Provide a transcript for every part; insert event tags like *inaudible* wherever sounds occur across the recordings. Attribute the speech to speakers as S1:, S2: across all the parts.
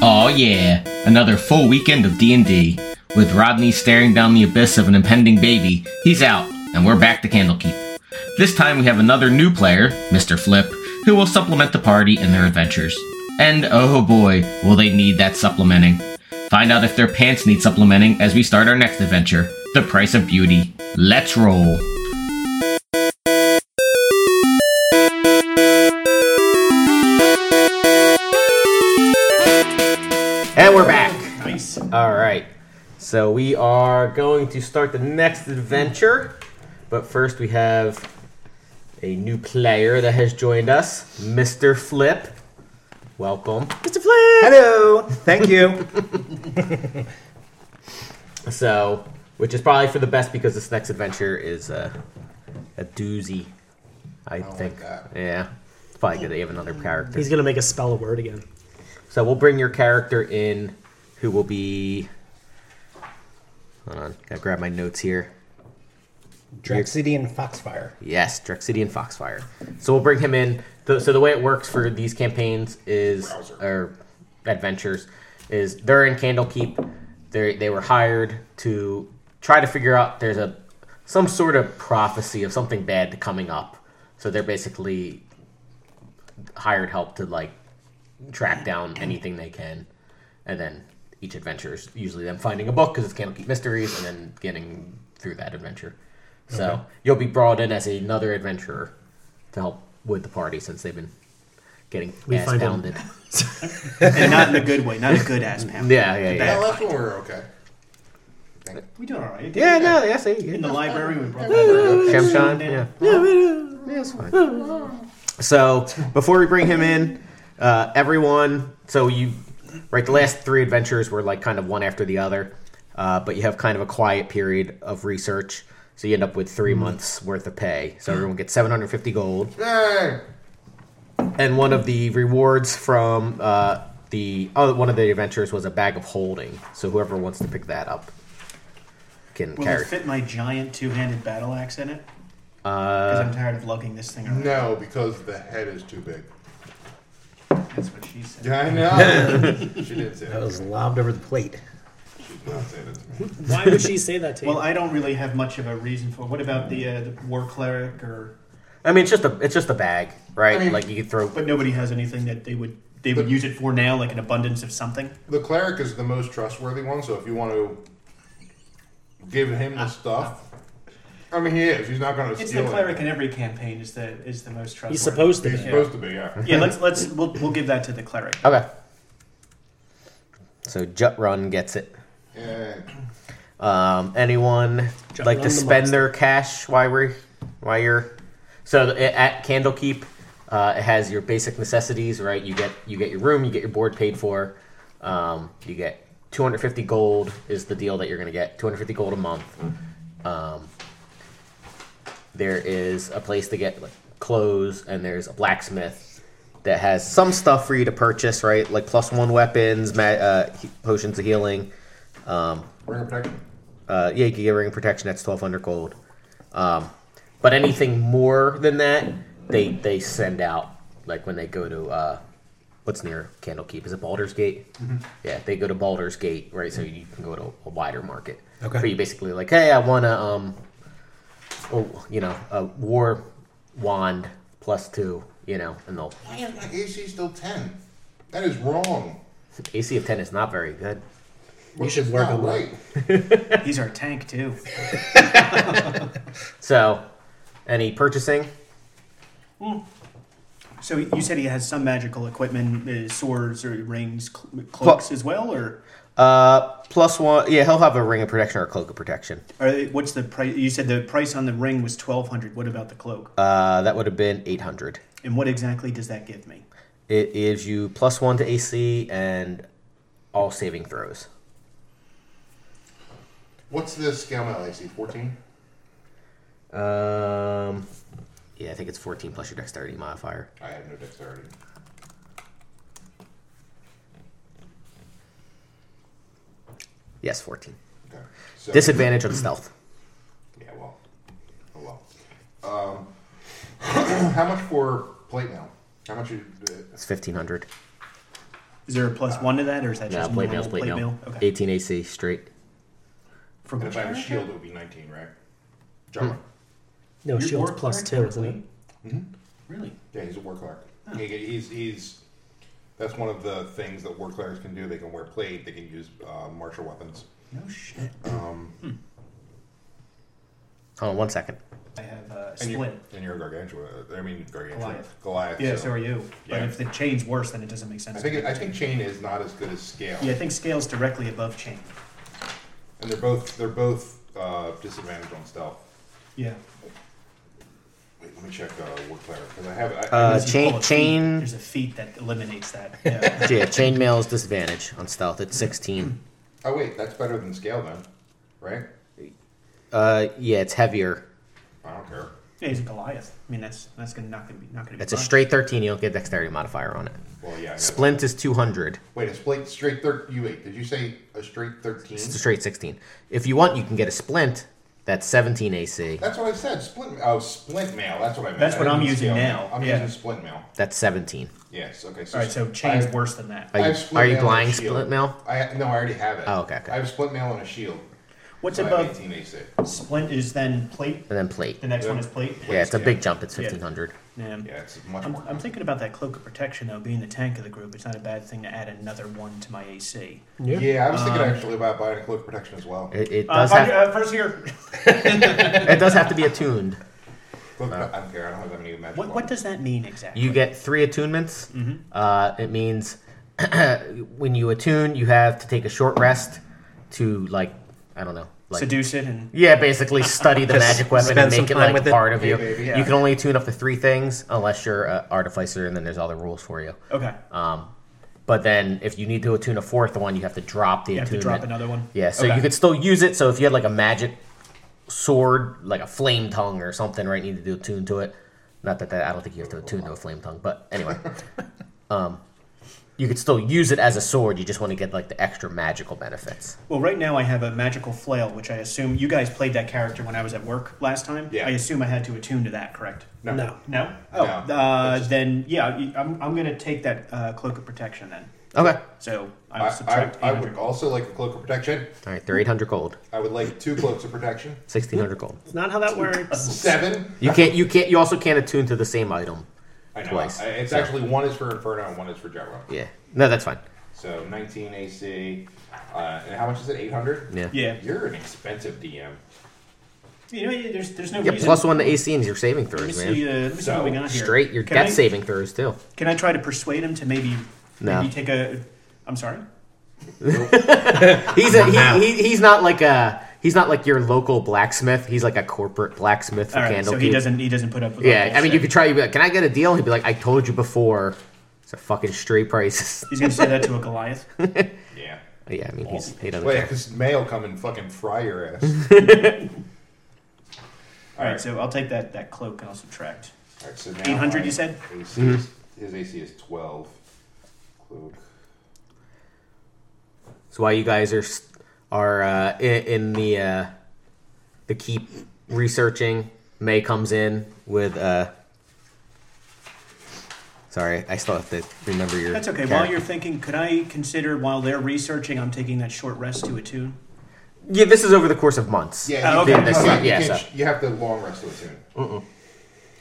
S1: Oh, yeah! Another full weekend of D&D. With Rodney staring down the abyss of an impending baby, he's out, and we're back to Candlekeep. This time we have another new player, Mr. Flip, who will supplement the party in their adventures. And oh boy, will they need that supplementing. Find out if their pants need supplementing as we start our next adventure, The Price of Beauty. Let's roll!
S2: And we're back. Nice. All right. So we are going to start the next adventure, but first we have a new player that has joined us, Mr. Flip. Welcome. Mr. Flip.
S3: Hello. Thank you.
S2: *laughs* So, which is probably for the best because this next adventure is a, a doozy. I
S3: Oh
S2: think. Yeah. It's probably good to have another character.
S4: He's gonna make us spell a word again.
S2: So we'll bring your character in, who will be. Hold on, gotta grab my notes here.
S3: Draxidian Foxfire.
S2: Yes, Drexidian Foxfire. So we'll bring him in. Th- So the way it works for these campaigns is, or adventures, is they're in Candlekeep. They they were hired to try to figure out there's a some sort of prophecy of something bad coming up. So they're basically hired help to like track down anything they can, and then each adventure is usually them finding a book because it's Candlekeep Mysteries, and then getting through that adventure. So you'll be brought in as another adventurer to help with the party since they've been getting ass
S4: find him.
S2: pounded.
S5: and *laughs* not in a good way, not a good ass pound.
S2: Yeah, yeah, yeah.
S5: The
S6: I
S5: bad-
S6: left when we were okay.
S5: We doing all right.
S2: Yeah, no, that's it.
S5: In
S2: you
S5: the library, we brought
S2: good.
S5: that up.
S2: Shemshan, yeah. Yeah, it's fine. So before we bring him in, uh, everyone, so you, right, the last three adventures were like kind of one after the other, uh, but you have kind of a quiet period of research. So you end up with three months worth of pay. So everyone gets 750 gold.
S6: Yay!
S2: and one of the rewards from uh, the oh, one of the adventures was a bag of holding. So whoever wants to pick that up can
S5: Will
S2: carry. Uh,
S5: it fit my giant two-handed battle axe in it? Because I'm tired of lugging this thing around.
S6: No, because the head is too big.
S5: That's what she said.
S6: Yeah, I
S3: *laughs*
S6: know. she didn't say
S3: That
S6: that.
S3: was lobbed over the plate.
S6: She did not say that to me.
S4: Why would she say that to you?
S5: Well, I don't really have much of a reason for. What about the, uh, the war cleric? Or
S2: I mean, it's just a it's just a bag, right?
S6: I mean-
S2: like you could throw.
S5: but nobody has anything that they would they would use it for now, like an abundance of something.
S6: The cleric is the most trustworthy one, so if you want to give him the stuff, I mean, he is. He's not going to
S5: It's
S6: steal
S5: the cleric in
S6: anything.
S5: every campaign is the is the most trustworthy.
S4: He's supposed to
S6: He's
S4: be.
S6: supposed to be, yeah.
S5: Yeah, let's let's we'll, we'll give that to the cleric.
S2: Okay. So Jut Run gets it.
S6: Yeah.
S2: Um, anyone
S4: Jut
S2: like
S4: Run
S2: to
S4: the
S2: spend
S4: monster.
S2: their cash while we're while you're so the- a- at Candlekeep, uh, it has your basic necessities, right? You get you get your room, you get your board paid for, um, you get 250 gold is the deal that you're gonna get 250 gold a month. Um, there is a place to get like clothes, and there's a blacksmith that has some stuff for you to purchase, right? Like plus one weapons, ma- uh, he- potions of healing. Um,
S6: Ring of protection.
S2: uh, yeah, you can get ring protection. That's twelve hundred gold. Um, but anything more than that, they they send out like when they go to uh, what's near Candlekeep is it Baldur's Gate? Yeah, they go to Baldur's Gate, right? So you can go to a wider market.
S3: Okay.
S2: But you basically like, hey, I want to um, oh, you know, a war wand plus two, you know, and they'll
S6: Why is my AC still 10? That is wrong.
S2: AC of ten is not very good.
S6: You should
S3: work
S6: not
S3: on that.
S6: right.
S5: He's our tank too.
S2: So, any purchasing?
S5: So you said he has some magical equipment, uh, swords or rings, cl- cloaks as well, or
S2: Uh, plus one. Yeah, he'll have a ring of protection or a cloak of protection.
S5: or what's the price? You said the price on the ring was twelve hundred. What about the cloak?
S2: Uh, that would have been 800.
S5: and what exactly does that give me?
S2: It gives you plus one to AC and all saving throws.
S6: What's the scale mail AC? 14?
S2: Um, yeah, I think it's 14 plus your dexterity modifier.
S6: I have no dexterity.
S2: Yes, 14.
S6: Okay. So,
S2: Disadvantage on stealth.
S6: Yeah, well. Oh, *clears throat* well. Um, how much for plate mail? How much? Is,
S2: It's 1500.
S5: Is there a plus one to that, or is that
S7: No,
S5: just
S7: plate
S5: normal
S7: mail's plate mail.
S5: Okay.
S7: 18 AC straight.
S5: For
S6: And if I have a
S5: which
S6: shield,
S5: character?
S6: it would be 19, right? Drummer.
S5: Hmm.
S4: No,
S5: You're
S4: shield's
S5: War
S4: plus
S5: Cleric
S4: two, isn't it?
S5: Really?
S6: Yeah, he's a war cleric. He, he's he's that's one of the things that war clerics can do. They can wear plate. They can use uh, martial weapons.
S5: No shit.
S7: Hold on one second.
S5: I have uh,
S6: And
S5: split.
S6: You, and you're a gargantua. I mean gargantua.
S5: Goliath.
S6: Goliath.
S5: Yeah, so are you. But
S6: Yeah.
S5: if the chain's worse, then it doesn't make sense.
S6: I think it, I think chain is not as good as scale.
S5: yeah, I think scale's directly above chain.
S6: And they're both they're both uh, disadvantaged on stealth.
S5: Yeah.
S6: Wait, let me check uh, war cleric because I have. I,
S7: Uh,
S5: Unless you
S7: chain,
S5: pull a feat.
S7: chain,
S5: There's a feat that eliminates
S7: *laughs*
S5: that. Yeah.
S7: yeah, chain mail is disadvantage on stealth. It's 16.
S6: oh wait, that's better than scale then, right?
S7: Uh, yeah, it's heavier.
S6: I don't care.
S5: Yeah, he's a Goliath. I mean, that's that's gonna not gonna be not gonna be.
S7: It's a
S5: fun.
S7: straight 13. You don't get dexterity modifier on it.
S6: Well, yeah. I know that.
S7: Splint is 200.
S6: Wait, a split straight thir You wait. Did you say a straight thirteen?
S7: It's a straight 16. If you want, you can get a splint. That's 17 AC.
S6: That's what I said. Splint. Oh, splint mail. That's what I meant.
S5: That's
S6: I
S5: what
S6: didn't
S5: I'm
S6: use
S5: using
S6: scale
S5: now,
S6: mail. I'm
S5: yeah.
S6: using splint mail.
S7: That's 17.
S6: Yes. Okay. So
S5: All right, so
S6: I
S5: chain's
S6: have-
S5: worse than that.
S7: Are
S6: I
S7: you,
S6: have split
S7: are you
S6: mail and a
S7: blind
S6: shield.
S7: split mail?
S6: I no, I already have it.
S7: Oh, okay, okay.
S6: I have split mail and a shield.
S5: What's
S6: So I have
S5: above
S6: 18 AC.
S5: splint is then plate.
S7: And then plate.
S5: The next one is plate.
S7: Yeah, it's a
S6: yeah.
S7: big jump. It's
S5: Yeah.
S7: 1500.
S5: Yeah.
S6: Yeah, it's much
S5: I'm,
S6: more.
S5: I'm thinking about that cloak of protection though. Being the tank of the group, it's not a bad thing to add another one to my AC.
S6: yeah. I was
S5: Um,
S6: thinking actually about buying a cloak protection as well.
S7: It, it,
S5: Uh,
S7: does
S5: find-
S7: have,
S5: uh, first here.
S7: it does have to be attuned.
S6: Cloak- I don't care. I don't have that many magic.
S5: uh, What, what does that mean exactly?
S7: You get three attunements. Uh, it means *clears throat* when you attune, you have to take a short rest to, like, I don't know. Like,
S5: seduce it and
S7: Yeah, basically study the magic weapon
S8: spend
S7: and
S8: some
S7: make it
S8: time
S7: like
S8: with it.
S7: part of you.
S6: baby,
S7: You can only tune up to three things unless you're an artificer, and then there's other rules for you.
S5: okay.
S7: Um, but then if you need to attune a fourth one, you have to drop the
S5: you have to
S7: attunement.
S5: drop another one.
S7: Yeah, so
S5: Okay.
S7: you could still use it. So if you had like a magic sword, like a flame tongue or something, right? You need to do attune to it. Not that, that I don't think you have to attune to a flame tongue, but anyway, *laughs* um, you could still use it as a sword. You just want to get like the extra magical benefits.
S5: Well, right now I have a magical flail, which I assume you guys played that character when I was at work last time.
S6: Yeah.
S5: I assume I had to attune to that, correct?
S6: No.
S4: No.
S5: No. Oh,
S6: No.
S5: Uh,
S6: It's just-
S5: then yeah, you- I'm, I'm gonna take that uh, cloak of protection then.
S7: Okay.
S5: So I will
S6: I,
S5: subtract
S6: I, I
S5: 800.
S6: would also like a cloak of protection.
S7: All right, they're 800 gold,
S6: I would like two cloaks of protection.
S7: 1600 gold.
S4: It's not how that works.
S6: Seven.
S7: You can't. You can't. You also can't attune to the same item.
S6: I know.
S7: Twice.
S6: I, it's actually one is for Inferno and one is for Jet Run.
S7: Yeah. No, that's fine.
S6: So 19 AC. Uh, and how much is it? 800?
S7: Yeah.
S5: Yeah.
S6: You're an expensive DM.
S5: You know, there's there's no
S7: Yeah.
S5: reason.
S7: Plus one to AC and your saving
S5: Let me
S7: throws,
S5: see.
S7: man.
S5: Uh, let me see
S6: So,
S5: what we got here.
S7: Straight your
S5: can
S7: death
S5: I,
S7: saving throws too.
S5: Can I try to persuade him to maybe
S7: No.
S5: maybe take a? I'm sorry.
S7: He's a, he, he, he's not like a he's not like your local blacksmith. He's like a corporate blacksmith for
S5: All right.
S7: Candlekeep.
S5: so he doesn't he doesn't put up. with all
S7: Yeah, I mean,
S5: bullshit.
S7: you could try. You'd be like, "Can I get a deal?" He'd be like, "I told you before. It's a fucking straight price." *laughs*
S5: He's gonna say that to a Goliath. *laughs*
S6: Yeah.
S7: yeah, I mean, he's he doesn't
S6: Wait,
S7: care.
S6: because mail come and fucking fry your *laughs* ass.
S5: All right, so I'll take that, that cloak and I'll subtract.
S6: All right, so now
S5: 800 you
S6: my
S5: said?
S6: AC is- his AC is 12. Cloak.
S7: That's why you guys are s- are uh, i- in the uh, the keep researching. May comes in with. Uh, sorry, I still have to remember your.
S5: That's okay.
S7: character.
S5: While you're thinking, could I consider while they're researching, I'm taking that short rest to attune?
S7: yeah, this is over the course of months.
S6: Yeah,
S5: Oh,
S6: you,
S5: okay.
S6: can,
S7: Okay.
S6: you,
S7: Yeah,
S6: can,
S7: so-
S6: you have to long rest to attune. Uh-uh.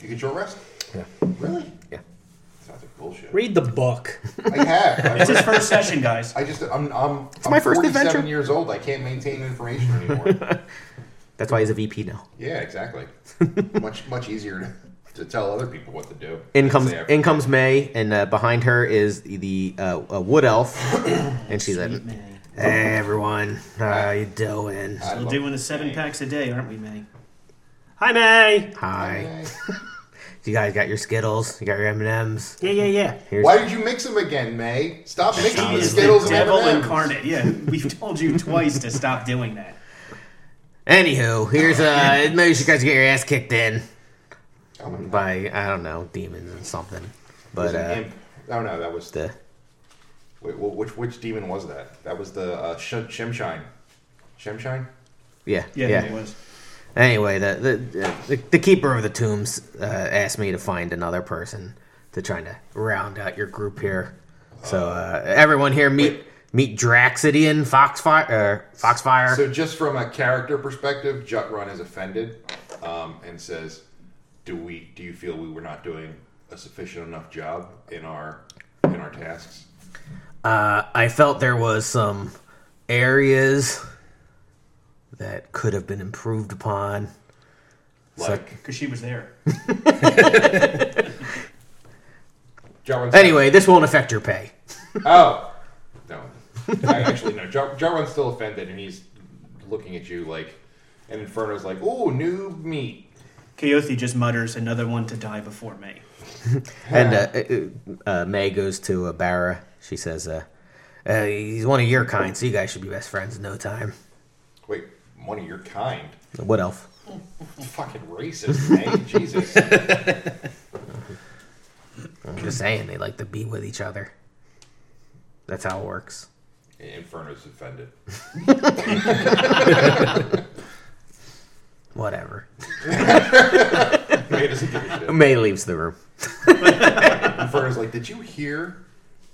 S6: You get short rest?
S7: Yeah.
S6: Really?
S7: Yeah.
S6: Sounds like bullshit.
S4: Read the book.
S6: I have.
S5: It's his
S6: I,
S5: first session,
S7: *laughs*
S5: guys.
S6: I just, I'm, I'm, I'm
S7: my first
S6: 47
S7: adventure.
S6: years old. I can't maintain information anymore.
S7: That's why he's a VP now.
S6: yeah, exactly. much, much easier to, to tell other people what to do.
S7: In comes,
S6: Say,
S7: in comes May, and uh, behind her is the uh, a wood elf,
S5: *coughs*
S7: and she's like,
S5: May.
S7: "Hey, everyone, how you doing?
S6: I
S5: We're
S6: love
S5: doing the seven
S6: May.
S5: packs a day, aren't we, May?
S4: Hi, May.
S7: Hi,
S6: May.
S7: *laughs* you guys got your Skittles? You got your M and M's?
S4: Yeah, yeah, yeah.
S7: Here's
S6: Why did you mix them again, May? Stop mixing
S5: He
S6: the
S5: is
S6: Skittles
S5: the
S6: and
S5: devil
S6: M&Ms.
S5: incarnate. Yeah, we've told you twice to stop doing that.
S7: Anywho,
S6: *laughs*
S7: here's uh maybe you guys get your ass kicked in
S6: Oh, my God.
S7: by I don't know demons and
S6: It
S7: something,
S6: was an
S7: but uh,
S6: imp. Oh no, that was the.
S7: the
S6: Wait, wh- which which demon was that? That was the uh, Sh- Shemshine. Shemshine.
S7: yeah
S5: Yeah,
S7: yeah.
S5: it was.
S7: Anyway, the the, the the keeper of the tombs uh, asked me to find another person to try to round out your group here. So uh, everyone here meet meet Draxidian Foxfire. Uh, Foxfire.
S6: So just from a character perspective, Jutrun is offended um, and says, "Do we? Do you feel we were not doing a sufficient enough job in our in our tasks?"
S7: Uh, I felt there was some areas that could have been improved upon.
S6: Like
S5: because she was there. *laughs*
S6: Jutrun's
S7: Anyway, this won't affect your pay.
S6: Oh no, I actually no. Jar- Jarwan's still offended and he's looking at you like, and Inferno's like, "Ooh, new meat."
S5: Coyote just mutters, "Another one to die before me."
S7: And uh, uh, uh, May goes to uh, Barra. She says, uh, uh, "He's one of your kind, so you guys should be best friends in no time."
S6: Wait, one of your kind.
S7: What elf?
S6: Fucking racist, man. Jesus.
S7: I'm just saying, they like to be with each other. That's how it works.
S6: Inferno's offended.
S7: Whatever.
S6: He doesn't give a shit.
S7: May leaves the room.
S6: Inferno's like, did you hear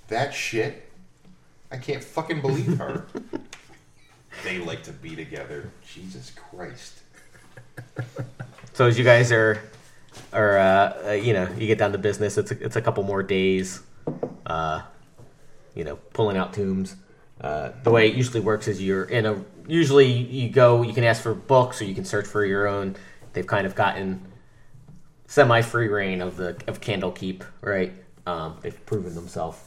S6: that shit? I can't fucking believe her. they like to be together. Jesus Christ.
S7: So as you guys are, are uh, uh, you know, you get down to business. It's a, it's a couple more days, uh, you know, pulling out tombs. Uh, the way it usually works is you're in a. Usually you go, you can ask for books or you can search for your own. They've kind of gotten semi free reign of the of Candlekeep, right? Um, they've proven themselves.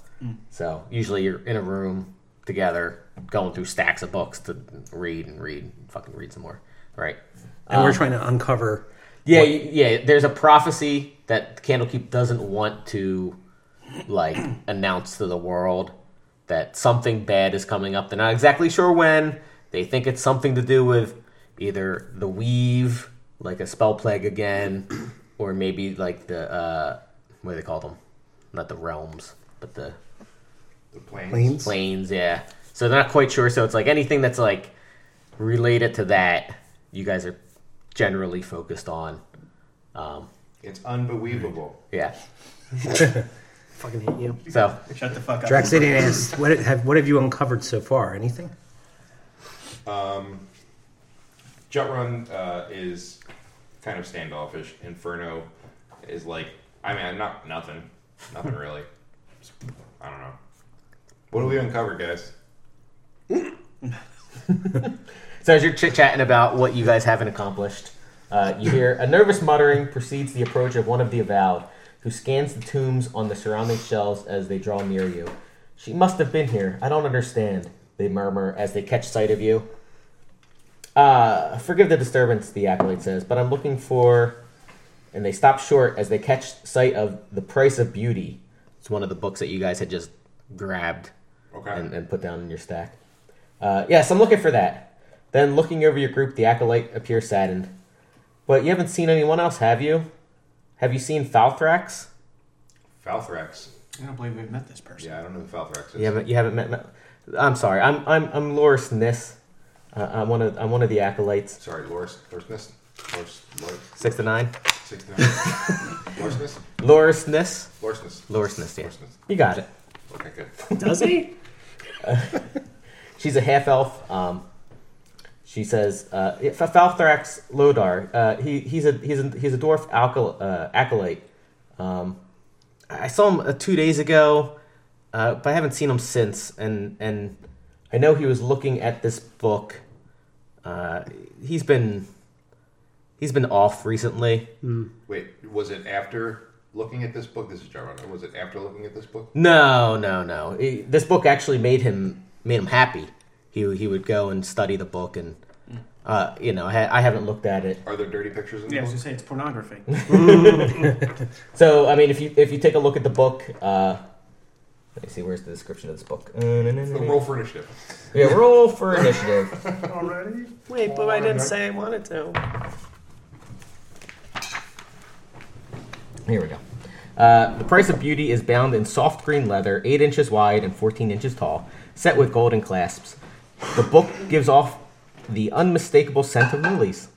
S7: So usually you're in a room together, going through stacks of books to read and read, and fucking read some more, right?
S4: And we're trying to uncover.
S7: Yeah, y- yeah. There's a prophecy that Candlekeep doesn't want to like *clears throat* announce to the world that something bad is coming up. They're not exactly sure when. They think it's something to do with either the weave, like a spell plague again, *clears throat* or maybe like the uh, what do they call them? Not the realms, but the
S6: The plane.
S4: Planes?
S7: planes. Yeah. So they're not quite sure. So it's like anything that's like related to that. You guys are generally focused on.
S6: It's unbelievable.
S7: Yeah.
S9: Fucking hate you.
S7: So
S5: Shut the fuck up.
S4: Draxidian asks, what have, what have you uncovered so far? Anything?
S6: Jutrun uh, is kind of standoffish. Inferno is like, I mean, not nothing, nothing really. I don't know. What do we uncover, guys?
S7: So as you're chit chatting about what you guys haven't accomplished, uh, you hear a nervous muttering precedes the approach of one of the avowed, who scans the tombs on the surrounding shelves as they draw near you. She must have been here. I don't understand. They murmur as they catch sight of you. Uh, forgive the disturbance, the acolyte says, but I'm looking for. And they stop short as they catch sight of The Price of Beauty. It's one of the books that you guys had just grabbed
S6: Okay.
S7: and, and put down in your stack. Uh, yes, I'm looking for that. Then, looking over your group, the acolyte appears saddened. But you haven't seen anyone else, have you? Have you seen Falthrax?
S6: Falthrax.
S5: I don't believe we've met this person.
S6: Yeah, I don't know who Falthrax is.
S7: You haven't. You haven't met. no- I'm sorry. I'm. I'm. I'm Loris Nis. Uh, I'm one of. I'm one of the acolytes.
S6: Sorry, Loris. Loris Miss. Loris. Loris.
S7: Six to nine.
S6: Six. nine. Loris Miss.
S7: Loris Nis.
S6: Loris Miss.
S7: Loris Nis. Yeah.
S6: Loris Miss.
S7: You got it.
S6: Okay, good.
S9: Does he?
S7: She's a half elf. Um, she says, uh, F- "Falthrax Lodar. Uh, he, he's a he's a he's a dwarf alco- uh, acolyte. Um, I saw him uh, two days ago, uh, but I haven't seen him since. And and I know he was looking at this book. Uh, he's been he's been off recently.
S6: Wait, was it after looking at this book? This is Jarvan. Was it after looking at this book?
S7: No, no, no. It- this book actually made him made him happy. He he would go and study the book, and uh, you know, I, ha- I haven't looked at it.
S6: Are there dirty pictures in the
S5: Yeah, I was
S6: book?
S5: gonna say it's *laughs* pornography.
S7: So I mean, if you if you take a look at the book, uh, let me see. Where's the description of this book? Uh, no, no, no,
S6: The
S7: no.
S6: Oh, roll for initiative.
S7: Yeah, roll for initiative.
S5: Already?
S9: Wait, but I didn't say I wanted to.
S7: Here we go. Uh, the price of beauty is bound in soft green leather, eight inches wide and fourteen inches tall, set with golden clasps. The book gives off the unmistakable scent of lilies.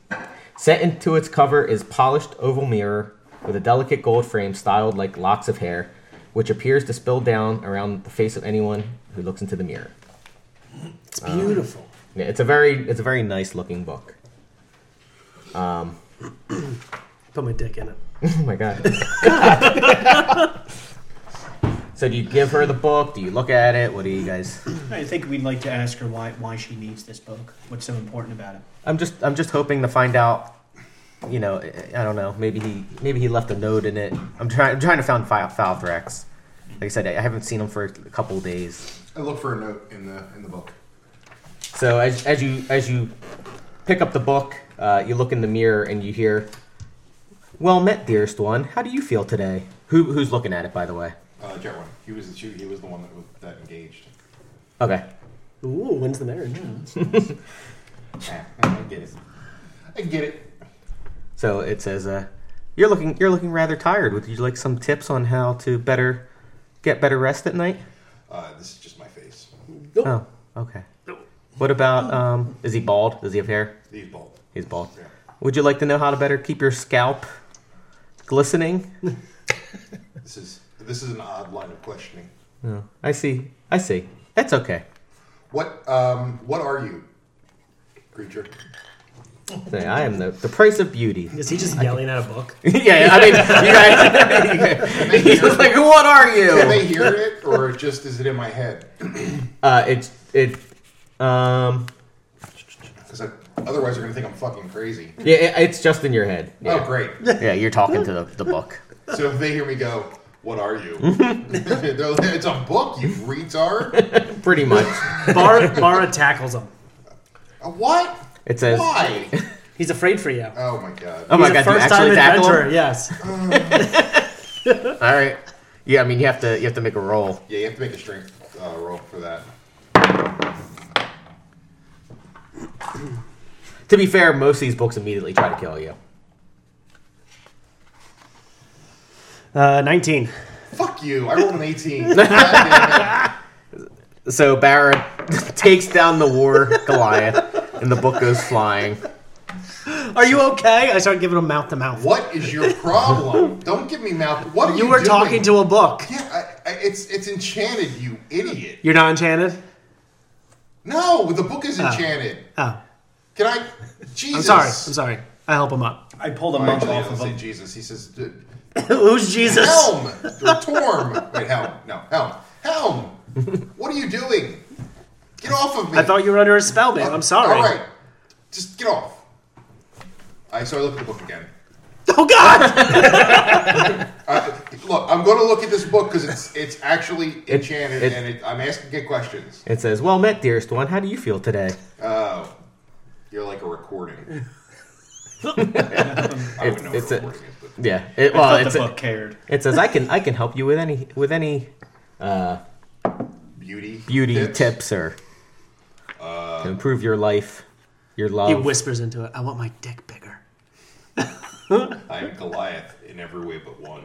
S7: Set into its cover is polished oval mirror with a delicate gold frame styled like locks of hair. which appears to spill down around the face of anyone who looks into the mirror.
S4: It's beautiful.
S7: Yeah, it's a very it's a very nice looking book.
S4: Put my dick in it.
S7: Oh my god. so do you give her the book? Do you look at it? What do you guys?
S5: I think we'd like to ask her why why she needs this book. What's so important about it?
S7: I'm just I'm just hoping to find out. You know, I- I don't know. Maybe he maybe he left a note in it. I'm trying I'm trying to find Fal- Falthrax. Like I said, I haven't seen him for a couple of days.
S6: I look for a note in the in the book.
S7: So as, as you as you pick up the book, uh, you look in the mirror and you hear, "Well met, dearest one. How do you feel today?" Who who's looking at it, by the way?
S10: Uh, Jet One. He was the shoe. He was the one that was that engaged.
S7: Okay.
S4: Ooh, when's the marriage?
S10: Eh, *laughs* I get it.
S6: I get it.
S7: So it says, uh, "You're looking you're looking rather tired. Would you like some tips on how to better get better rest at night?"
S10: Uh, this is just my face.
S7: Oh, okay. What about um, is he bald? Does he have hair?
S10: He's bald.
S7: He's bald.
S10: Yeah.
S7: Would you like to know how to better keep your scalp glistening?
S10: This is this is an odd line of questioning.
S7: No, I see. I see. That's okay.
S6: What um what are you, creature?
S7: Say, I am the, the price of beauty. *laughs*
S4: Is he just yelling at a *laughs* book?
S7: yeah, yeah, I mean,
S10: *laughs*
S7: you guys. *laughs* he's just like, what are
S6: Can
S7: you?
S6: they hear it, or just is it in my head?
S7: Uh, it's it. Um,
S6: Because otherwise they're gonna think I'm fucking crazy.
S7: yeah, it, it's just in your head.
S6: Oh
S7: Yeah,
S6: great.
S7: yeah you're talking to the, the book.
S6: So if they hear me go, "What are
S4: *laughs*
S6: you?" They're like, it's a book, you retard.
S7: Pretty much.
S4: Bar Bara tackles him.
S6: A what?
S7: It says.
S6: Why?
S4: He's afraid for you. He's
S6: Oh my god.
S7: Oh my god!
S4: a
S7: You
S4: first-time
S7: actually tackle him?
S4: adventurer. Yes.
S7: All right. Yeah, I mean, you have to you have to make a roll.
S6: Yeah, you have to make a strength uh, roll for that.
S7: To be fair, most of these books immediately try to kill you.
S4: Uh, Nineteen.
S6: Fuck you! I rolled
S4: *laughs*
S6: an 18. God damn it.
S7: So Barra *laughs* takes down the war Goliath, and the book goes flying.
S4: Are you okay? I start giving him mouth to mouth.
S6: What is your problem? Don't give me mouth. What are you?
S4: You were
S6: doing?
S4: talking to a book.
S6: Yeah, I, I, it's it's enchanted, you idiot.
S4: You're not enchanted.
S6: No, the book is enchanted.
S4: Oh,
S6: Can I? Jesus.
S4: I'm sorry. I'm sorry. I help him up.
S5: I pulled a
S10: Well,
S5: monk
S10: Actually, he
S5: off of
S10: doesn't say
S5: him.
S10: Jesus. He says "D-
S4: *laughs* Who's Jesus?
S6: Helm or Torm. Wait, Helm. No, Helm. Helm. What are you doing? Get off of me.
S4: I thought you were under a spell, man. I'm sorry.
S6: All right, just get off. I so I look at the book again.
S4: Oh God!
S6: Look, I'm going to look at this book because it's it's actually enchanted,
S7: it-
S6: and it, I'm asking good questions.
S7: It says, "Well met, dearest one. How do you feel today?"
S6: Oh, you're like a
S7: *laughs*
S6: recording.
S10: I wouldn't know
S7: it's
S10: what
S7: a-
S10: recording is, but
S7: Yeah. It,
S5: I
S7: well,
S5: thought
S7: it's
S5: the
S7: a,
S5: book cared.
S7: It says I can I can help you with any with any
S6: Beauty.
S7: beauty
S6: tips.
S7: tips, or to improve your life, your
S4: *laughs* He
S7: love.
S4: whispers into it. I want my dick bigger.
S10: I'm Goliath in every way but one.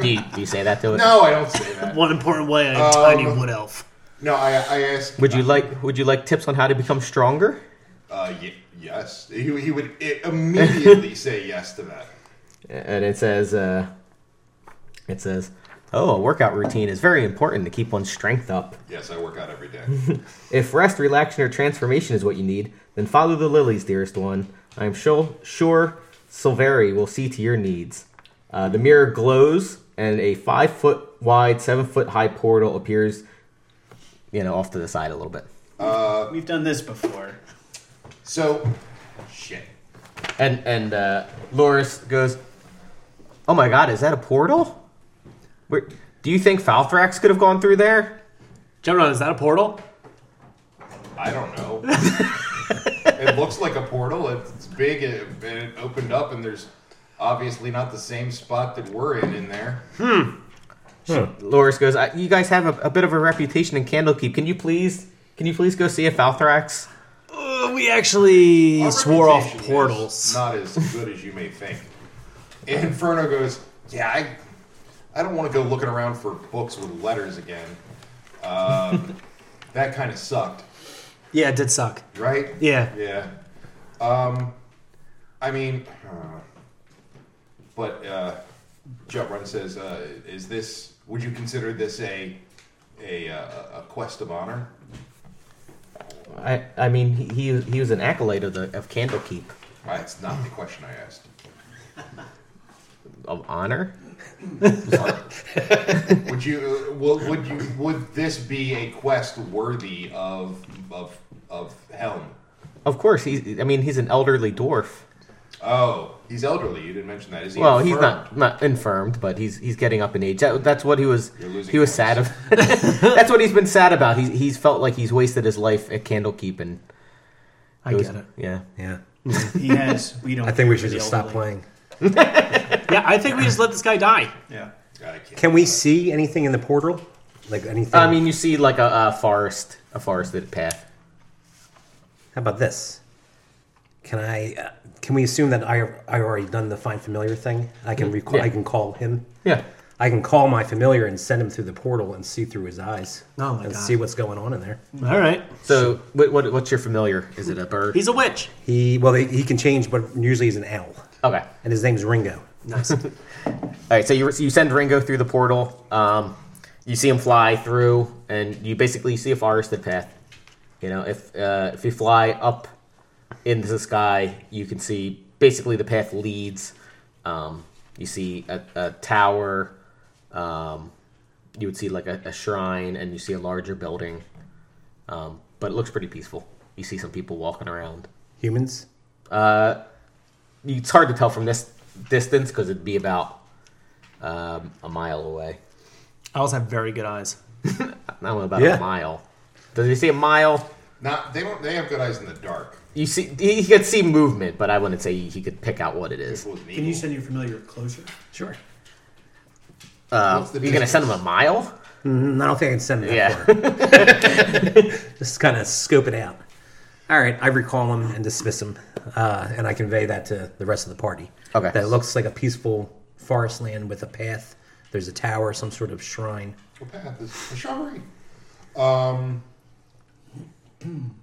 S7: do, you, do you say that to
S6: *laughs*
S7: it?
S6: No, I don't say that.
S4: One important way, I'm a
S11: Um,
S4: tiny wood elf.
S6: No, I I ask.
S7: Would you like Would you like tips on how to become stronger?
S10: Uh, y- yes.
S6: He, he would i
S4: *laughs*
S6: immediately say yes to that.
S7: And it says, uh, it says, oh, a workout routine is very important to keep one's strength up.
S6: Yes, I work out every day.
S7: If rest, relaxation, or transformation is what you need, then follow the lilies, dearest one. I am sure, sure Silveri will see to your needs. Uh, the mirror glows, and a five foot wide, seven foot high portal appears, you know, off to the side a little bit.
S5: We've done this before.
S6: So, shit.
S7: And and uh, Loris goes, "Oh my God, is that a portal? Where, do you think Falthrax could have gone through there?"
S4: Gemron, is that a portal?
S6: I don't know.
S4: *laughs*
S6: it looks like a portal. It's, it's big and it, and it opened up, and there's obviously not the same spot that we're in in there.
S7: Loris goes, I, "You guys have a, a bit of a reputation in Candlekeep. Can you please, can you please go see if Falthrax?"
S4: Uh, we actually
S6: Our
S4: swore off
S6: reputation is
S4: portals.
S6: Not as good as you may think. And Inferno goes, Yeah, I, I don't want to go looking around for books with letters again.
S4: *laughs*
S6: Um, that kind of sucked,
S4: Yeah, it did suck.
S6: right?
S4: Yeah.
S6: Yeah. Um, I mean, uh, but uh, Jutrun says, uh, "Is this? Would you consider this a a, uh, a quest of honor?"
S7: I, I mean, he, he he was an acolyte of the of Candlekeep
S6: Why, That's not the question I
S7: *laughs*
S6: asked.
S7: of honor.
S6: Would you? uh, Would, would you? Would this be a quest worthy of of of Helm?
S7: Of course, he's. I mean, he's an elderly dwarf.
S6: Oh, he's elderly. You didn't mention that. Is he?
S7: Well, he's
S6: infirm?
S7: not not infirmed, but he's he's getting up in age. That, that's what he was.
S6: You're losing
S7: He was
S6: points.
S7: sad of. *laughs* that's what he's been sad about. He's he's felt like he's wasted his life at Candlekeep, and
S4: I
S7: it was-
S4: get it.
S7: Yeah,
S11: Yeah. *laughs*
S5: He has. We don't.
S11: I think we
S5: care for
S11: should
S5: the
S11: just stop
S5: elderly.
S11: playing.
S4: *laughs* Yeah, I think we just let this guy die.
S5: Yeah.
S6: God, I can't.
S11: Can we see anything in the portal? Like anything?
S7: I mean, you see like a, a forest, a forested path.
S11: how about this? Can I? Uh, can we assume that I I already done the find familiar thing? I can recall.
S7: yeah.
S11: I can call him.
S7: Yeah,
S11: I can call my familiar and send him through the portal and see through his eyes.
S4: Oh my
S11: and
S4: God.
S11: see what's going on in there.
S4: All right.
S7: So, what, what, what's your familiar? Is it a bird?
S4: He's a witch.
S11: He well, he, he can change, but usually he's an owl,
S7: okay.
S11: and his name's Ringo.
S4: Nice.
S7: All right. So you you send Ringo through the portal. Um, you see him fly through, and you basically see a forested path. You know, if uh, if you fly up into the sky, you can see basically the path leads. Um, you see a, a tower. Um, you would see like a, a shrine, and you see a larger building. Um, but it looks pretty peaceful. You see some people walking around.
S11: Humans.
S7: it's hard to tell from this distance because it'd be about um, a mile away.
S4: Owls have very good eyes.
S7: I don't know about
S11: Yeah.
S7: a mile. Does he see a mile?
S6: Not. They don't. They have good eyes in the dark.
S7: You see, he he could see movement, but I wouldn't say he could pick out what it is.
S6: People with an
S5: Can you
S6: eagle.
S5: send your familiar closer?
S11: Sure.
S7: Uh,
S6: What's the
S7: you're gonna send him a
S6: distance?
S7: mile?
S11: Mm, I don't think I can send him that
S7: Yeah.
S11: far. just kind of scope it out. All right, I recall him and dismiss him, uh, and I convey that to the rest of the party.
S7: Okay.
S11: That it looks like a peaceful forest land with a path. There's a tower, some sort of shrine.
S6: What path is a shrubbery? Um.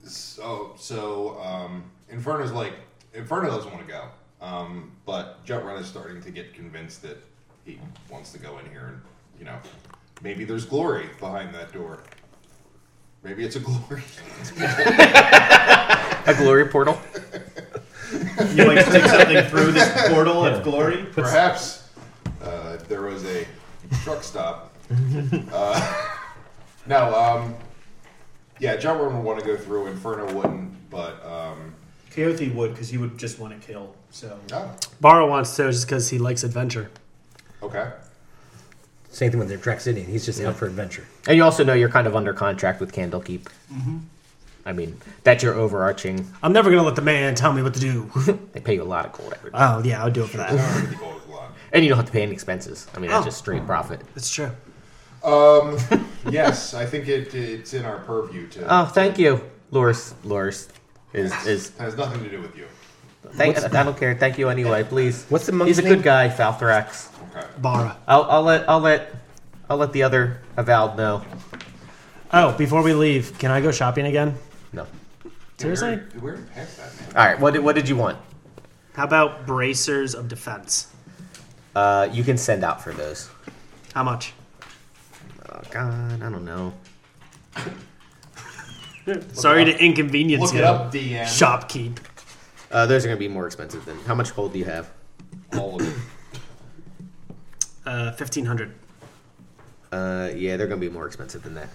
S6: So so um, Inferno's like Inferno doesn't want to go, um, but Jutrun is starting to get convinced that he wants to go in here, and you know, maybe there's glory behind that door. Maybe it's a glory.
S7: A glory portal?
S5: You like stick something through this portal of glory?
S6: Perhaps uh, if there was a truck stop. uh, no, um, yeah, Jutrun would want to go through. Inferno wouldn't, but um,
S5: Coyote would, because he would just want to kill. So
S6: oh,
S4: Barra wants to just because he likes adventure.
S6: okay.
S11: Same thing with the Draxidian. He's just out for adventure.
S7: And you also know you're kind of under contract with Candlekeep.
S11: Mm-hmm.
S7: I mean, that's your overarching.
S4: I'm never gonna let the man tell me what to do. *laughs*
S7: They pay you a lot of gold every day,
S4: oh yeah, I'll do it for that.
S6: Not really the gold block.
S7: and you don't have to pay any expenses. I mean, that's
S4: Oh.
S7: just straight profit.
S4: That's true.
S6: Um, yes, I think it, it's in our purview to.
S4: Um,
S7: Oh, thank you, Loris. Loris is is
S6: has nothing to do with you.
S7: Thank, I don't care. Thank you anyway, please.
S11: What's the monk's
S7: He's a
S11: name?
S7: good guy, Falthrax.
S6: Okay.
S4: Barra.
S7: I'll, I'll let I'll let I'll let the other avowed know.
S4: Oh, before we leave, can I go shopping again?
S7: No. All
S4: Seriously?
S6: Dude, We're, we're past that, man.
S7: right. What did, what did you want?
S4: How about bracers of defense?
S7: Uh, you can send out for those.
S4: How much?
S7: Oh God, I don't know.
S4: Sorry to inconvenience
S6: Look
S4: you.
S6: it up, DM.
S4: Shopkeep.
S7: Uh, those are gonna be more expensive than. How much gold do you have?
S6: All of it.
S4: Uh, 1500.
S7: Uh, yeah, they're gonna be more expensive than that.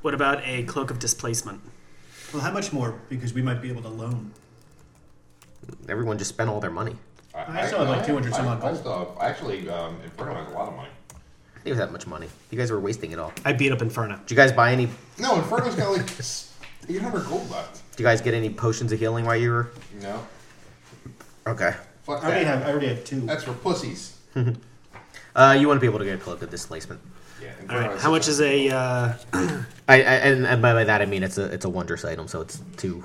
S4: What about a cloak of displacement?
S5: well, how much more? Because we might be able to loan.
S7: Everyone just spent all their money.
S5: I still have like 200 some
S6: I-
S5: odd
S6: I
S5: gold.
S6: still have- Actually, um, Inferno has a lot of money.
S7: I didn't have that much money. You guys were wasting it all. Did
S4: I beat up Inferno.
S7: you guys buy any? Did
S6: No, Inferno's got like 800 gold left.
S7: you guys get any potions of healing while you were?
S6: No.
S7: Okay.
S6: Fuck
S5: I already
S6: that.
S5: have. I already have two.
S6: That's for pussies.
S7: Uh, you want to be able to get a cloak of displacement.
S6: Yeah,
S4: All
S7: Oh,
S4: right. How much is a? Uh,
S7: I, I and, and by, by that I mean it's a it's a wondrous item, so it's two.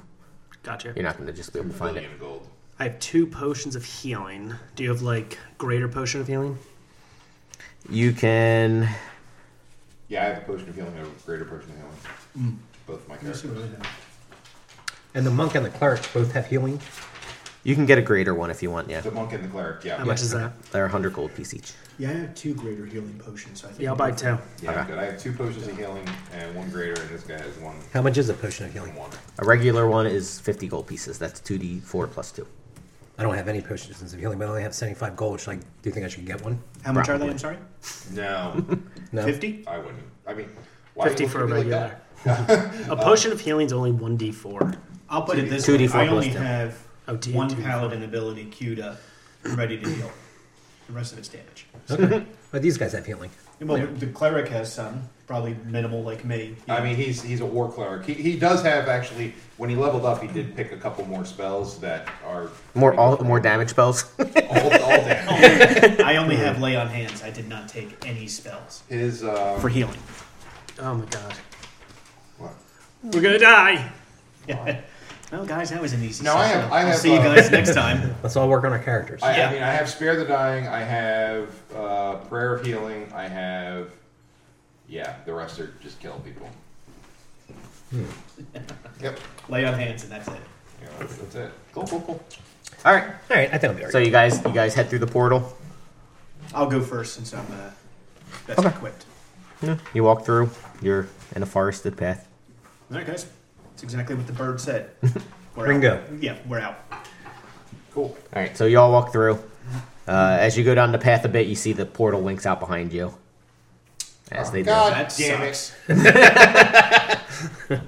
S4: gotcha.
S7: You're not going to just be able to find it.
S6: Million gold.
S4: I have two potions of healing. Do you have like greater potion of healing?
S7: You can.
S6: Yeah, I have a potion of healing, I have a greater potion of healing. Both my
S5: Let's Mm. see
S6: characters.
S5: what I have.
S11: And the monk and the cleric both have healing.
S7: You can get a greater one if you want. Yeah,
S6: The monk and the cleric. Yeah.
S4: How much is that?
S7: they're a hundred gold piece each.
S5: Yeah, I have two greater healing potions. So I think
S4: Yeah, I'll buy two.
S6: Yeah, good. I have two potions of healing and one greater, and this guy has one.
S11: How much is a potion of healing?
S6: One.
S7: A regular one is fifty gold pieces. That's two d four plus two.
S11: I don't have any potions of healing, but I only have 75 gold. Should I, do you think I should get one?
S5: How much are
S7: Probably.
S5: they? I'm sorry.
S7: *laughs*
S6: No,
S11: No.
S5: Fifty.
S6: I wouldn't. I mean, why
S4: 50
S6: would
S4: for a
S6: it be like
S4: regular.
S6: that?
S4: A potion of healing's only 1d4.
S5: I'll put it this
S7: 2D4
S5: way. I
S7: plus
S5: only
S7: two.
S5: have
S4: Oh, two-
S5: one
S4: two.
S5: paladin ability queued up, ready to heal. The rest of it's damage.
S11: Okay. but these guys have healing.
S5: Well, the cleric has some, probably minimal like me.
S6: I mean, he's he's a war cleric. He, he does have actually. When he leveled up, he did pick a couple more spells that are
S7: More all more damage spells. *laughs*
S6: All, all damage.
S5: I only have lay on hands. I did not take any spells
S6: His um,
S5: for healing.
S4: Oh my god.
S6: what?
S4: We're gonna die!
S5: well, guys, that was an easy.
S6: No, I
S5: session.
S6: have- I
S5: I'll
S6: have,
S5: see you
S6: uh,
S5: guys next time.
S11: Let's all work on our characters.
S6: I,
S5: Yeah.
S6: I mean, I have spare the dying. I have uh, prayer of healing. I have yeah. The rest are just kill people. Hmm. *laughs* yep.
S5: Lay on hands, and that's it.
S6: Yeah, that's, that's it. Cool, cool, cool.
S7: all right.
S11: All right, I think I'll be all
S7: So
S11: right.
S7: you guys you guys head through the portal.
S5: I'll go first since I'm uh, best equipped.
S7: You walk through. You're in a forested path.
S5: All right, guys. That's exactly what the bird
S7: *laughs*
S5: said. We're
S11: Ringo.
S5: Out. Yeah, we're out.
S6: Cool.
S7: All right. So you all walk through. Uh, as you go down the path a bit, you see the portal links out behind you. As they do.
S6: God
S5: That
S6: damn
S5: sucks.
S7: *laughs*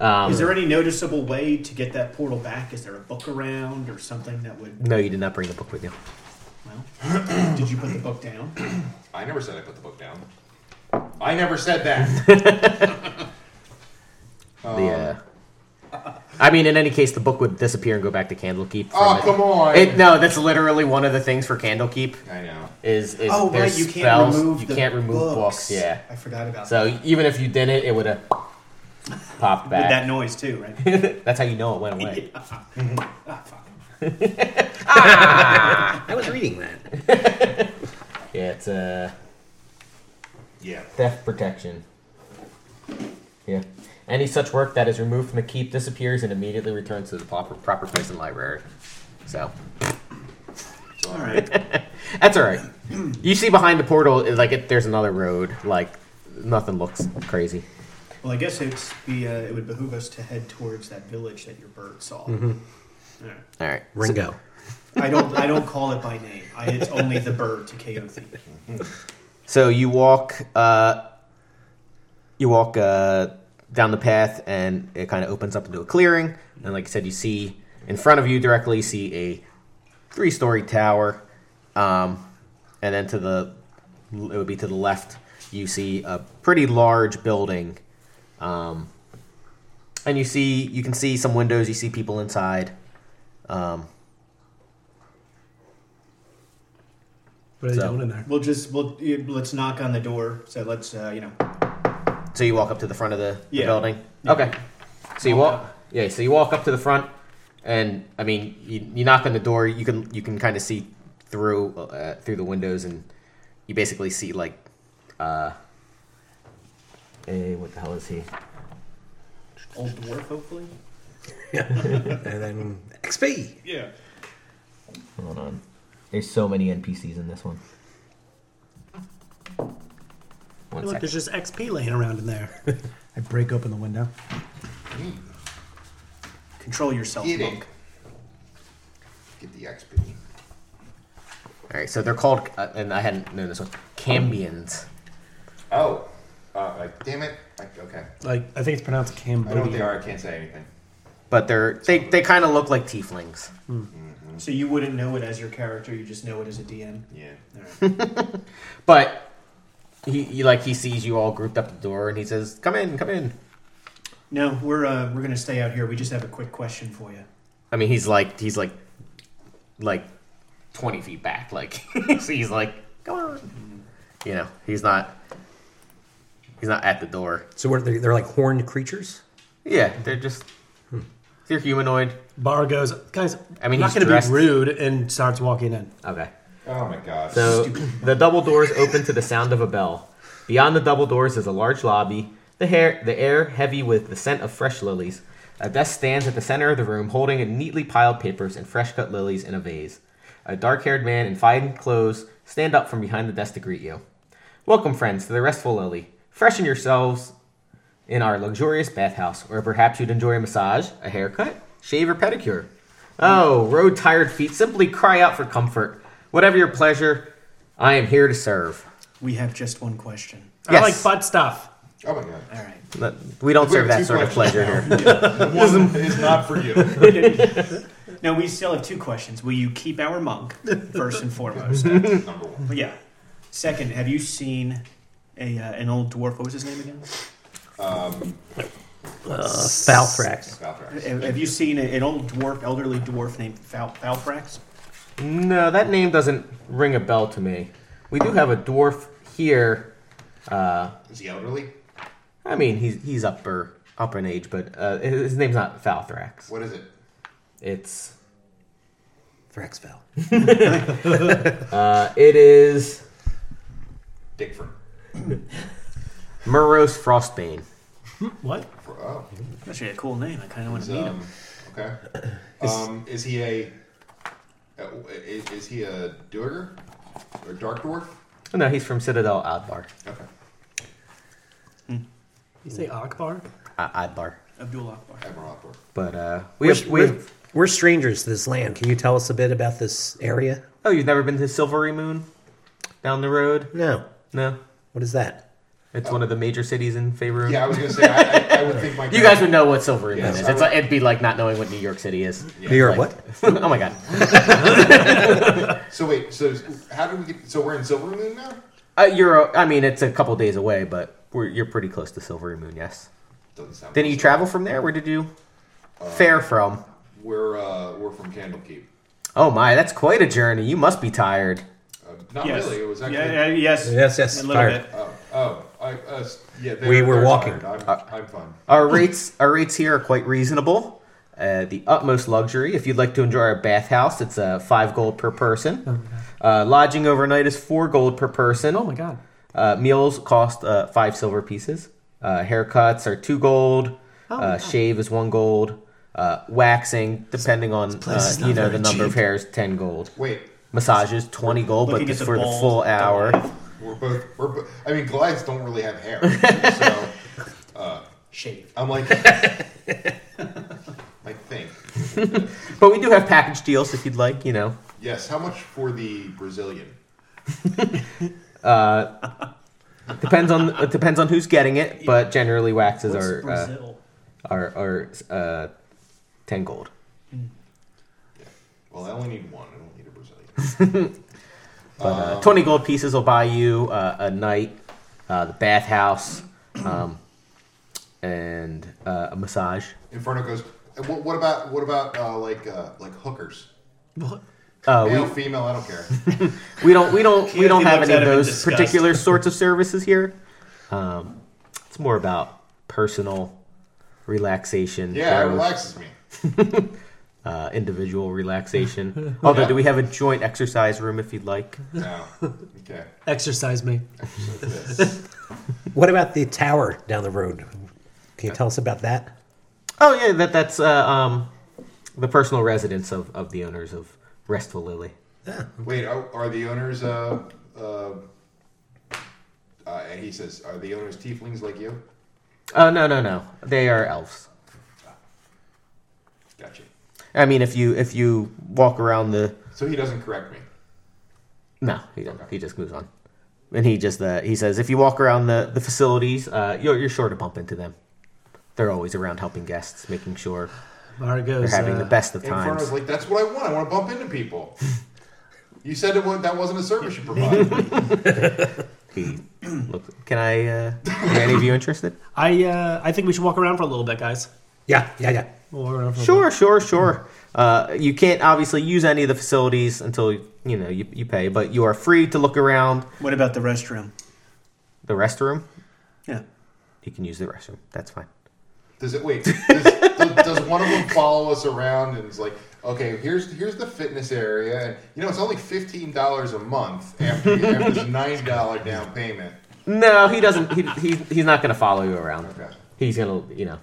S7: Um,
S5: Is there any noticeable way to get that portal back? Is there a book around or something that would?
S7: no, you did not bring the book with you. *clears throat*
S5: Well, did you put the book down?
S6: I never said I put the book down. I never said that.
S7: *laughs*
S6: *laughs* Um,
S7: the uh, I mean, in any case, the book would disappear and go back to Candlekeep. from
S6: Oh,
S7: it.
S6: come on.
S7: It, no, that's literally one of the things for Candlekeep
S6: I know.
S7: is is
S5: Oh,
S7: their
S5: right. You can't
S7: spells.
S5: remove.
S7: you
S5: the
S7: can't remove books. Yeah.
S5: I forgot about that.
S7: So even if you did it, it would have popped
S5: With that
S7: back.
S5: noise too,
S7: *laughs*
S5: right?
S7: that's how you know it went away.
S5: ah, fuck.
S11: I was reading that.
S7: Yeah, it's uh,
S6: Yeah.
S7: theft protection. Yeah. Any such work that is removed from the keep disappears and immediately returns to the proper, proper place in the library. So
S5: All right.
S7: That's all right. You see behind the portal, like it, there's another road. Like nothing looks crazy.
S5: Well, I guess it's be. Uh, it would behoove us to head towards that village that your bird saw.
S7: Mm-hmm.
S5: All right.
S7: All right.
S11: Ringo.
S5: I don't. I don't call it by name. I, it's only the bird to Coyote.
S7: So you walk, uh, you walk uh, down the path, and it kind of opens up into a clearing. And like I said, you see in front of you directly, you see a three-story tower, um, and then to the it would be to the left, you see a pretty large building, um, and you see you can see some windows. You see people inside. Um,
S4: What are they
S7: So-
S4: doing in there?
S5: We'll just. We'll. eh, Let's knock on the door. So let's. Uh, you know.
S7: So you walk up to the front of the, the
S5: Yeah.
S7: building. Okay. So you walk. Yeah. So you walk up to the front, and I mean, you, you knock on the door. You can you can kind of see through uh, through the windows, and you basically see like, uh, a what the hell is he?
S5: Old dwarf, hopefully.
S11: And then XP.
S5: Yeah.
S7: Hold on. There's so many NPCs in this one. One
S4: Look,
S7: second.
S4: there's just XP laying around in there.
S12: I break open the window.
S5: Control yourself,
S6: Eat it.
S5: monk.
S6: Get the XP.
S7: All right. So they're called, uh, and I hadn't known this one. Cambians.
S6: Oh. Uh, like, damn it. Like, okay.
S4: *laughs* like, I think it's pronounced
S6: I know what they
S4: Cambodia.
S6: are. I can't say anything.
S7: But they're they, they kind of look like tieflings.
S5: So you wouldn't know it as your character. You just know it as a DM.
S6: Yeah.
S5: All right.
S7: But he, he like he sees you all grouped up at the door and he says, "Come in, come in."
S5: no, we're uh, we're gonna stay out here. We just have a quick question for you.
S7: I mean, he's like he's like like twenty feet back, like *laughs* so he's like, "Come on," you know. He's not he's not at the door.
S11: So what, they're, they're like horned creatures?
S7: Yeah, they're just they're humanoid.
S4: Bar goes, guys,
S7: I
S4: I
S7: mean,
S4: mean, not
S7: he's
S4: going to
S7: dressed-
S4: be rude, and starts walking in.
S7: Okay.
S6: Oh my god.
S7: So the double doors open to the sound of a bell. Beyond the double doors is a large lobby. The hair, the air heavy with the scent of fresh lilies. A desk stands at the center of the room holding a neatly piled papers and fresh cut lilies in a vase. A dark haired man in fine clothes stand up from behind the desk to greet you. Welcome, friends, to the restful lily. Freshen yourselves in our luxurious bathhouse, where perhaps you'd enjoy a massage, a haircut, shave, or pedicure. Oh, road tired feet, simply cry out for comfort. Whatever your pleasure, I am here to serve.
S5: We have just one question.
S4: I
S7: Yes.
S4: like butt stuff.
S6: Oh my god.
S5: All right.
S7: But We don't serve
S6: have
S7: that
S6: two
S7: sort of pleasure
S4: *laughs*
S6: questions
S7: here.
S6: *laughs* One is not for you.
S7: *laughs*
S5: Now we still have two questions. Will you keep our monk first
S12: *laughs*
S5: and foremost?
S6: Number one.
S5: But yeah. Second, have you seen a uh, an old dwarf? What was his name again?
S11: Falthrax.
S6: Valthrax.
S5: Have have you seen a- an old dwarf, elderly dwarf named Fal- Falfrax?
S7: No, that name doesn't ring a bell to me. We do have a dwarf here. Uh,
S6: Is he elderly?
S7: I mean, he's he's upper upper in age, but uh, his name's not Falthrax.
S6: What is it?
S7: It's
S11: Thraxval.
S7: uh, it is
S6: Dickford.
S7: Morose Frostbane.
S4: What?
S6: Oh,
S5: That's actually a cool name. I kind of want
S6: he's,
S5: to meet him.
S6: um, okay. Um, is he a uh, is, is he a Duerger or dark dwarf?
S7: No, he's from Citadel Adbar.
S6: Okay.
S4: You say Akbar?
S7: Uh, Adbar.
S5: Abdul Akbar.
S6: Admiral Dwarf.
S7: But uh, we
S11: We're,
S7: have we.
S11: we're, we're strangers to this land. Can you tell us a bit about this area?
S7: oh, you've never been to Silvery Moon? Down the road?
S11: No.
S7: No,
S11: What is that?
S7: it's one of the major cities in Faerun.
S6: Oh. Yeah, I was gonna say I, I, I would think my
S7: You guys would know what Silvery Moon
S6: Yes,
S7: is.
S6: I
S7: It's like, it'd be like not knowing what New York City is.
S11: New York,
S7: Like- *laughs*
S11: what?
S7: oh my god.
S6: So wait, so how did we get? So we're in Silver Moon now.
S7: Uh, you're. I mean, it's a couple days away, but we're, you're pretty close to Silvery Moon. Yes.
S6: Doesn't sound.
S7: Didn't you travel from there? Where did you
S6: Uh,
S7: fare from?
S6: We're uh, we're from Candlekeep.
S7: Oh my, that's quite a journey. You must be tired.
S6: Uh, not
S5: Yes.
S6: really. It was actually.
S5: yeah, yeah, yes.
S11: Yes, yes,
S5: A little
S11: tired.
S5: bit.
S6: Oh, oh, I, uh, yeah. They
S11: We were
S6: they're
S11: walking.
S6: tired. I'm, I'm fine.
S7: Our rates, our rates here are quite reasonable. Uh, the utmost luxury. If you'd like to enjoy our bathhouse, it's uh, five gold per person. Uh, lodging overnight is four gold per person.
S4: Oh my god.
S7: Uh, meals cost uh, five silver pieces. Uh, haircuts are two gold.
S4: Oh,
S7: uh, shave is one gold. Uh, waxing, depending on
S4: place
S7: uh,
S4: is
S7: you
S4: not
S7: know
S4: very
S7: the number of
S4: cheap.
S7: hairs, ten gold.
S6: Wait,
S7: Massages, twenty gold, but
S5: Looking at the
S7: for the
S5: balls.
S7: full hour.
S6: we're both. We're. Bo- I mean, Goliaths don't really have hair, so
S5: Shave.
S6: I'm like. I think.
S7: But we do have package deals if you'd like. You know,
S6: Yes. How much for the Brazilian?
S7: depends on it depends on who's getting it, but generally waxes
S5: What's
S7: are uh,
S5: Brazil?
S7: are are uh, ten gold.
S6: Well, I only need one. I don't need a Brazilian.
S7: Uh, 20 gold pieces will buy you uh, a night, uh, the bathhouse, um, and uh, a massage.
S6: Inferno goes. "Uh, What, what about what about uh, like uh, like hookers?
S7: Uh,
S6: Male, female, I don't care.
S7: we, we don't we don't we
S5: Keith
S7: don't have
S5: looks
S7: any of
S5: at him in
S7: those
S5: disgust. *laughs*
S7: particular sorts of services here. Um, it's more about personal relaxation,
S6: Yeah, it
S7: growth,
S6: relaxes me.
S7: uh,
S5: *laughs*
S7: individual relaxation. Although, do we have a joint exercise room if you'd like?
S6: No. Okay.
S4: Exercise me.
S11: What about the tower down the road? Can you tell us about that?
S7: Oh yeah, that that's uh, um, the personal residence of, of the owners of Restful Lily.
S6: Wait, are, are the owners? Uh, uh, uh, and he says, "Are the owners tieflings like you?"
S7: Oh no no no, they are elves.
S6: Gotcha.
S7: I mean, if you if you walk around the
S6: So he doesn't correct me.
S7: no, he don't. He just moves on, and he just uh, he says if you walk around the the facilities, uh, you're you're sure to bump into them. They're always around helping guests, making sure
S4: Mara
S7: they're
S4: goes.
S7: having
S4: uh,
S7: the best of
S6: Inferno's
S7: times.
S6: like, "That's what I want. I want to bump into people." you said it, wa- that wasn't a service you provided.
S7: He look, can I? Uh, are any of you interested?
S4: I uh, I think we should walk around for a little bit, guys.
S11: Yeah, yeah, yeah.
S4: We'll walk around for a
S7: Sure, sure, sure. Uh, you can't obviously use any of the facilities until you know you, you pay, but you are free to look around
S5: What about the restroom?
S7: the restroom.
S5: Yeah.
S7: You can use the restroom. That's fine.
S6: does it? Wait. Does, does, does one of them follow us around and is like, "Okay, here's here's the fitness area, and you know it's only fifteen dollars a month after, you- after this nine dollar down payment."
S7: No, he doesn't. He, he he's not going to follow you around.
S6: Okay.
S7: He's going to you know.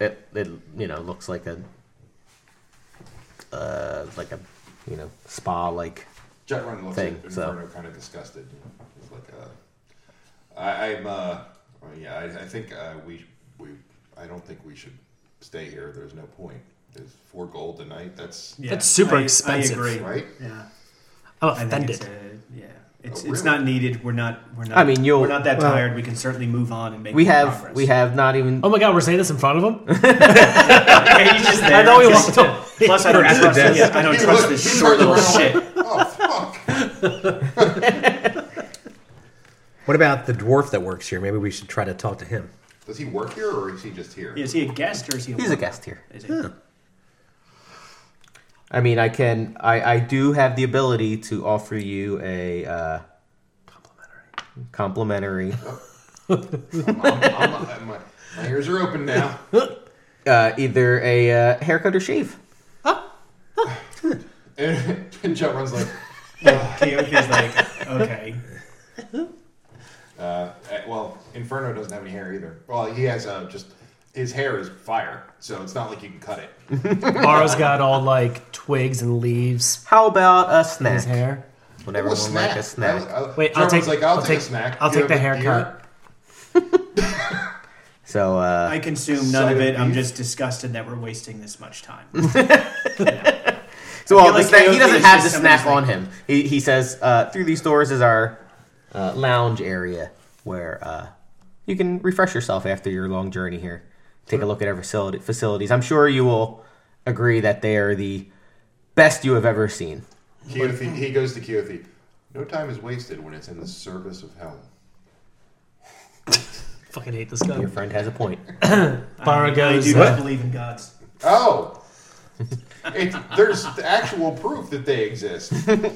S7: it, it you know looks like a uh, like a you know spa like
S6: Jetrun looks
S7: thing,
S6: at
S7: so-
S6: Inferno kind of disgusted. you know. He's like, uh, I, I'm, uh, oh, yeah, I, I think uh, we, we, I don't think we should stay here. There's no point. There's four gold a night. That's
S5: Yeah,
S4: That's super
S5: I-
S4: expensive.
S5: I agree.
S6: right.
S5: Yeah,
S4: I'm
S5: I think it's
S4: Oh, offended.
S5: a- yeah, it's,
S6: Oh,
S5: it's
S6: really?
S5: not needed. We're not. We're not.
S7: I mean, you'll-
S5: we're not that
S4: well-
S5: tired. We can certainly move on and make.
S7: we
S5: more
S7: have
S5: progress.
S7: we have not even
S4: Oh my god, we're saying this in front of him?
S5: *laughs* Yeah, he's just there.
S4: I know he
S5: Just-
S4: wants to.
S5: Plus, I don't trust this. I don't
S6: He
S5: trust
S6: looked-
S5: this
S6: he
S5: short
S6: turned *laughs*
S5: little
S6: around
S5: shit.
S6: like, Oh fuck!
S11: What about the dwarf that works here? Maybe we should try to talk to him.
S6: Does he work here or is he just here?
S5: Is he a guest or is he? A
S7: he's a guest here.
S5: Is he?
S11: Yeah.
S7: I mean, I can I I do have the ability to offer you a uh, complimentary complimentary
S6: I'm, I'm, I'm, I'm, my, my ears are open now.
S7: uh, either a uh, haircut or shave.
S6: And, *laughs* and Jetrun's like,
S5: Keoki's like, okay.
S6: uh, eh, well, Inferno doesn't have any hair either. Well, he has uh, just his hair is fire, so it's not like you can cut it.
S4: Mara's got all like twigs and leaves
S7: How about a
S4: in his
S7: snack?
S4: hair.
S6: Well,
S7: Would everyone like a snack?
S6: I- I-
S4: Wait, I'll take-
S6: German's like, I'll,
S4: I'll
S6: take, a
S4: take-
S6: snack.
S4: I'll
S6: Do you
S4: take the
S6: have a beer?"
S4: haircut.
S7: So uh,
S5: I consume none of it. I'm
S6: Cider beef?
S5: just disgusted that we're wasting this much time.
S7: So well, the
S5: like
S7: snack, he
S5: Coyote
S7: doesn't
S5: is
S7: have the
S5: just somebody's
S7: snack on him. He, he says, uh, "Through these doors is our uh, lounge area where uh, you can refresh yourself after your long journey here. Take a look at our facility, facilities. I'm sure you will agree that they are the best you have ever seen."
S6: Keofi, he goes to Keofi. No time is wasted when it's in the service of hell.
S4: Fucking hate this guy.
S7: Your friend has a point.
S4: Mara
S5: I
S4: goes,
S5: do
S4: uh,
S5: not believe in gods.
S7: *laughs*
S6: Oh, it, there's the actual proof that they exist.
S5: No,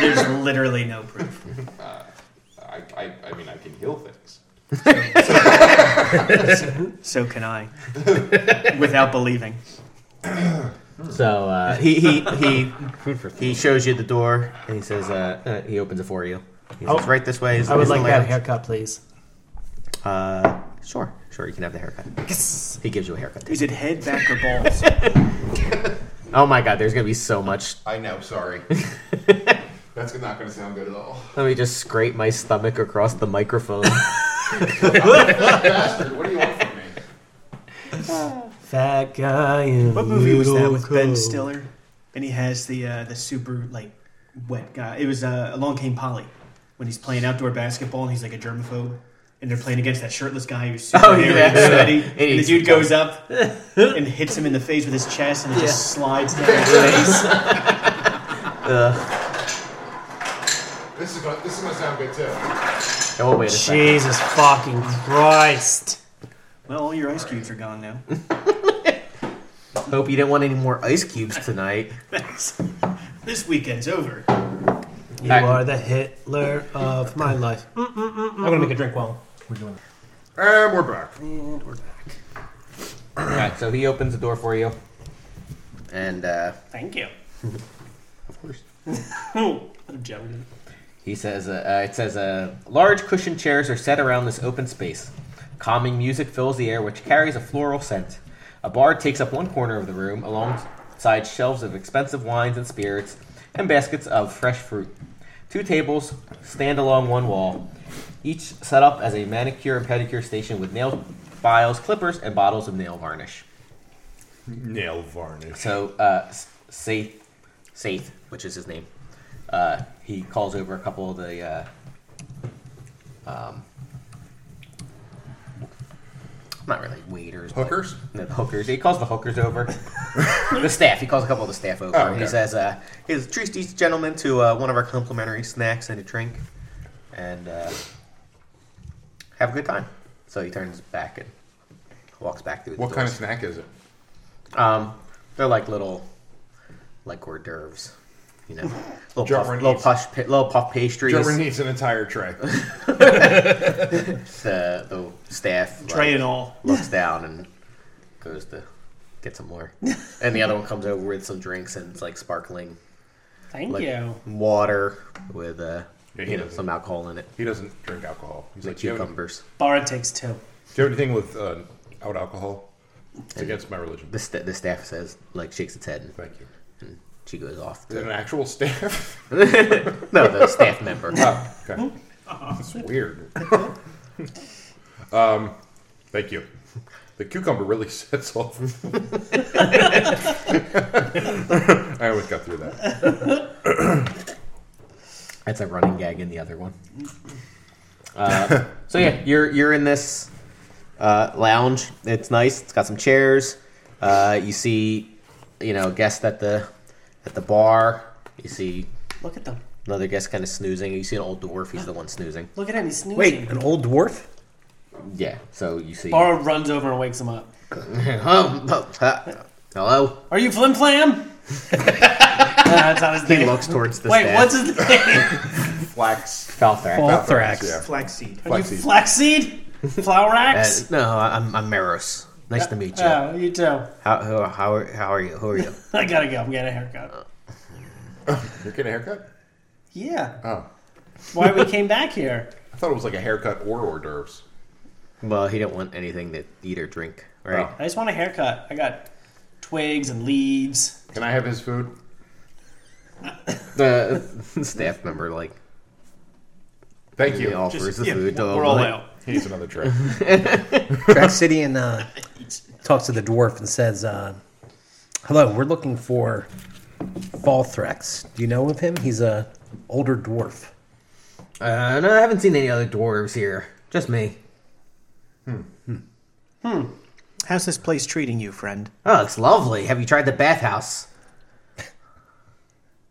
S5: there's literally no proof.
S6: I, I, I mean, I can heal things.
S5: So can I, without believing.
S7: So uh, he he he he shows you the door and he says, uh, uh, "He opens it for you." He says,
S4: Oh.
S7: "Right this way." Is,
S4: I would
S7: is the
S4: like that
S7: layout."
S4: haircut, please.
S7: Uh, sure, sure. You can have the haircut. He gives you a haircut.
S5: Is it head, back, or balls?
S7: Oh my god, there's gonna be so much
S6: I know.
S7: *laughs*
S6: Sorry, that's not going to sound good at all.
S7: Let me just scrape my stomach across the microphone.
S6: Bastard, what do you want from me?
S4: Fat guy in
S5: What movie was that
S4: little
S5: with Ben
S4: coat.
S5: Stiller? And he has the uh, the super like wet guy. It was uh, Along Came Polly when he's playing outdoor basketball and he's like a germaphobe. And they're playing against that shirtless guy who's super
S7: Oh,
S5: hairy
S7: yeah.
S5: and sweaty. and the
S7: he's-
S5: dude goes up and hits him in the face with his chest, and it just slides down his face.
S6: This is going. This is going to sound good too.
S7: oh wait a second.
S4: Jesus fucking Christ.
S5: Well, all your ice cubes are gone now.
S7: Hope you didn't want any more ice cubes tonight.
S5: this weekend's over.
S4: You
S7: Back.
S4: are the Hitler of my life. Mm, I'm gonna make a drink while we're doing it.
S6: And we're back.
S7: Alright, so he opens the door for you. And uh,
S5: Thank you.
S7: of course.
S5: I'm joking.
S7: He says, uh, uh, it says, uh, large cushioned chairs are set around this open space. Calming music fills the air, which carries a floral scent. A bar takes up one corner of the room, alongside shelves of expensive wines and spirits, and baskets of fresh fruit. Two tables stand along one wall, each set up as a manicure and pedicure station with nail files, clippers, and bottles of nail varnish.
S6: Nail varnish.
S7: So, uh, S- Saith, Saith, which is his name, uh, he calls over a couple of the, um, uh, um, not really waiters. but-
S6: Hookers?
S7: No, hookers. He calls the hookers over.
S6: *laughs*
S7: the staff. He calls a couple of the staff over.
S6: Oh, okay.
S7: He says, uh, he says, treat these gentlemen to uh, one of our complimentary snacks and a drink, and uh, have a good time. So he turns back and walks back through the
S6: What
S7: doors.
S6: kind of snack is it?
S7: Um, they're like little, like hors d'oeuvres, you
S6: *laughs*
S7: know, little puff,
S6: German
S7: little
S6: eats.
S7: puff, pa- little puff pastries.
S6: German needs an entire *laughs* tray.
S7: The the staff like,
S5: Tray and all.
S6: *laughs*
S7: looks down and goes to get some more, and the other one comes over with some drinks and it's like sparkling
S5: Thank
S7: like water with uh,
S6: Yeah, he
S7: you know,
S6: doesn't-
S7: some alcohol in it,
S6: He doesn't drink alcohol. He's
S7: like
S6: like, do you have,
S7: cucumbers.
S4: Bar takes two.
S6: do you have anything with uh, out alcohol? It's against my religion.
S7: The, st- the staff says, like, shakes its head, and
S6: Thank you.
S7: she goes off.
S6: Is it
S7: To,
S6: an actual *laughs* staff?
S7: no, the staff member.
S6: *laughs* oh, okay. It's weird. *laughs* um, thank you. The cucumber really *laughs* sets off. I always got through that.
S7: That's a running gag in the other *laughs* one. Uh, so yeah, you're you're in this uh, lounge. It's nice. It's got some chairs. Uh, you see, you know, guest at the at the bar. You see
S5: Look at them.
S7: another guest kind of snoozing. You see an old dwarf. He's the one snoozing.
S5: Look at him. He's snoozing.
S11: Wait, an old dwarf?
S7: Yeah. So you see. *laughs*
S5: Borrow runs over and wakes him up.
S7: Oh, oh, uh, hello.
S5: Are you Flim Flam? Ah, that's not his
S7: He
S5: name.
S7: looks towards the
S5: Wait,
S7: staff.
S5: what's his name?
S6: Flax.
S7: Falthrax?
S11: Falthrax.
S4: *laughs*
S6: Yeah.
S4: Flaxseed.
S5: Are you
S6: Flaxseed.
S5: Flaxseed? Flower axe?
S7: Uh, no, I'm I'm Maros. Nice to meet you.
S5: Oh, you too. *laughs*
S7: How how how are, how are you? Who are you?
S5: I gotta go. I'm getting a haircut.
S6: You're getting a haircut?
S5: Yeah.
S6: Oh.
S5: That's why we came back here.
S6: I thought it was like a haircut or hors d'oeuvres.
S7: Well, he don't want anything to eat or drink, right?
S6: Oh.
S5: I just want a haircut. I got twigs and leaves.
S6: Can I have his food?
S7: *laughs* The staff member like
S6: Thank
S7: he
S6: you.
S7: offers the food. to
S5: We're all
S7: Oberlin.
S5: out.
S6: He's another
S7: *laughs*
S6: trick.
S11: Draxidian uh, talks to the dwarf and says, uh, "Hello, we're looking for Falthrex. Do you know of him? He's a older dwarf.
S7: Uh, no, I haven't seen any other dwarves here. Just me.
S4: How's this place treating you, friend?
S7: Oh, it's lovely. Have you tried the bathhouse?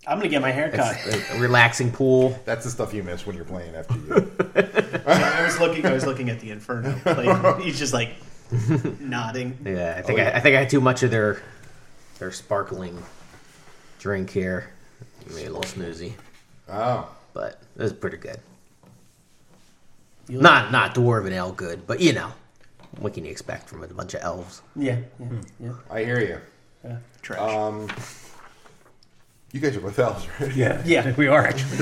S5: I'm gonna get my haircut.
S4: *laughs*
S7: A relaxing pool.
S6: That's the stuff you miss when you're playing FGU.
S7: *laughs*
S4: I was looking. I was looking at the Inferno. Like, he's just like nodding.
S7: Yeah, I
S5: Oh,
S7: think I, I think I had too much of their their sparkling drink here. Made a little snoozy,
S6: oh.
S7: but it was pretty good. Not not dwarven ale good, but you know, what can you expect from a bunch of elves?
S5: yeah, yeah, yeah.
S6: I hear you.
S4: Trash.
S6: Um, you guys are both elves, *laughs* right?
S11: Yeah,
S5: Yeah.
S11: *laughs* we are actually.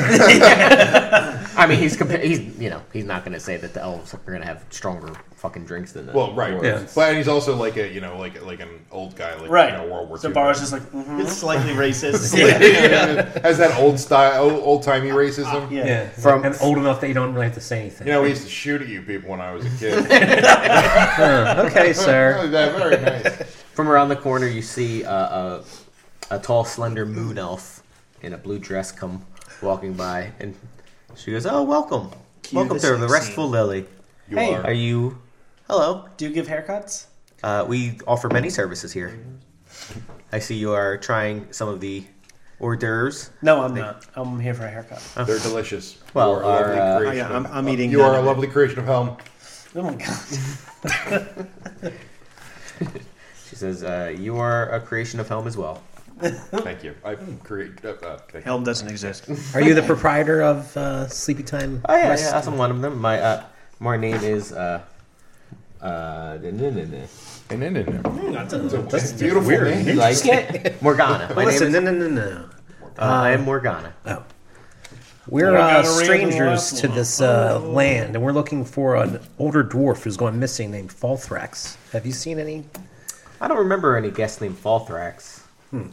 S7: I mean, he's compa- he's you know he's not going to say that the elves are going to have stronger fucking drinks than the
S6: Well, right.
S11: Yeah.
S6: But he's also like a you know like like an old guy like
S5: Right.
S6: you know, World War
S5: so
S6: II.
S5: Barrow's just like, mhm.
S4: it's slightly racist.
S6: *laughs* has that old style old timey
S5: *laughs*
S6: racism.
S5: Ah, yeah.
S11: Yeah,
S7: From-
S11: and old enough that you don't really have to say anything.
S6: You know, we used to shoot at you people when I was a
S5: *laughs*
S6: kid.
S11: okay,
S6: *laughs*
S11: sir.
S6: Really, that- very nice.
S7: From around the corner, you see a, a, a tall, slender moon elf in a blue dress come walking by, and she goes, "Oh, welcome,
S4: Cue
S7: welcome
S4: the
S7: to the
S4: sex
S7: restful
S4: scene.
S7: lily.
S6: You
S5: Hey,
S6: are.
S7: Are you? Hello.
S5: Do you give haircuts?
S7: Uh, we offer many services here. I see you are trying some of the hors d'oeuvres.
S5: No, I'm not. I'm here for a haircut.
S6: They're delicious.
S7: Well,
S6: you are a lovely
S7: our, uh,
S6: creation.
S4: Oh, yeah, I'm-
S6: of-
S4: I'm eating
S6: You are
S4: none
S6: a
S4: of it.
S6: lovely creation of Helm.
S5: Oh my god.
S7: She says, uh, "You are a creation of Helm as well."
S6: Thank you. I create. Uh, uh, thank you.
S4: Helm doesn't
S5: *laughs*
S4: exist.
S11: Are you the proprietor of uh, Sleepy Time?
S7: Oh yeah,
S11: Rest-
S7: yeah, that's one of them. My uh, my name is uh, uh, *laughs* n- n- n- n-
S6: And then in there.
S11: That's a-
S6: That's
S11: that's
S6: a beautiful
S7: you
S6: name.
S7: like it? Morgana. My
S11: Listen,
S7: name
S11: no,
S7: is
S11: no, no, no.
S7: uh, I am Morgana.
S11: Oh. We're
S5: We
S11: uh,
S5: got a random
S11: strangers
S5: last
S11: to
S5: one.
S11: this uh, land, and we're looking for an older dwarf who's gone missing named Falthrax. Have you seen any?
S7: I don't remember any guest named Falthrax.
S11: Hmm.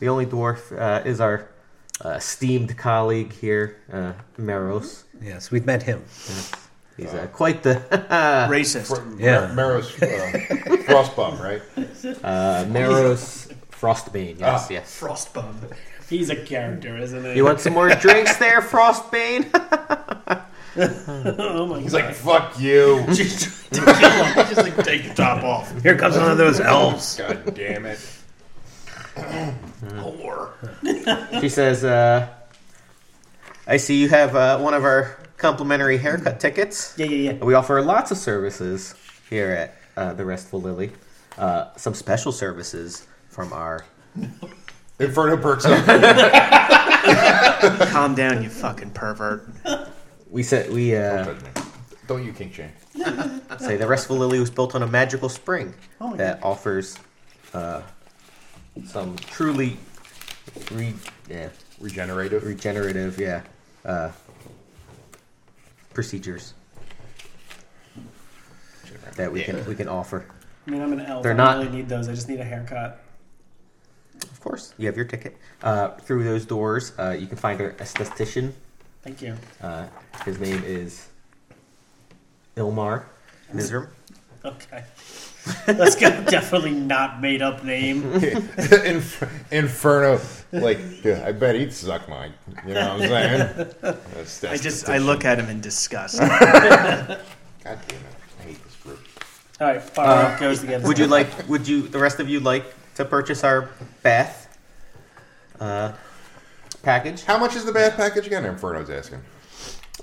S7: The only dwarf uh, is our uh, esteemed colleague here, uh, Meros.
S11: Yes, we've met him.
S7: He's uh, quite the *laughs*
S4: Racist.
S11: Yeah.
S6: Maros uh, Frostbump, right?
S7: uh, Meros Frostbane. Yes,
S6: Ah.
S7: yes.
S4: Frostbum.
S5: He's a character, isn't he?
S7: You want some more drinks
S11: *laughs*
S7: there, Frostbane?
S5: oh my
S6: He's
S5: god.
S6: like, fuck
S7: *laughs*
S6: you.
S4: *laughs* just to kill him. Just like take the top off.
S11: Here comes one of those elves.
S6: God damn it.
S4: Or
S7: She says, uh, I see you have uh, one of our complimentary haircut tickets.
S5: Yeah, yeah, yeah.
S7: We offer lots of services here at uh, the Restful Lily. Uh, some special services from our.
S6: Inferno perks up.
S4: calm down, you fucking pervert.
S7: We said we uh,
S6: Don't you kink shame.
S7: say the Restful Lily was built on a magical spring
S5: Oh my
S7: that offers uh, some truly re- yeah, *laughs*
S6: Regenerative.
S7: regenerative yeah uh, procedures that we can we can offer.
S5: I mean, I'm an elf.
S7: They're
S5: I
S7: not-
S5: don't really need those. I just need a haircut.
S7: Of course, you have your ticket. Uh, through those doors, uh, you can find an esthetician.
S5: Thank you.
S7: Uh, his name is Ilmar Mizrim.
S5: Okay. That's got *laughs* definitely not made
S4: *laughs*
S5: up name.
S6: *laughs* Inf- Inferno, like yeah, I bet he'd suck mine. You know what I'm saying?
S7: *laughs*
S6: That's-
S12: I
S6: that's
S12: just
S6: the
S12: I
S6: thing.
S12: look at him in
S5: *laughs*
S12: disgust.
S6: God damn it! I hate this group.
S5: All right, far goes again.
S7: Would you like? Would you? The rest of you like to purchase our bath uh, package?
S6: How much is the bath package again? Inferno's asking.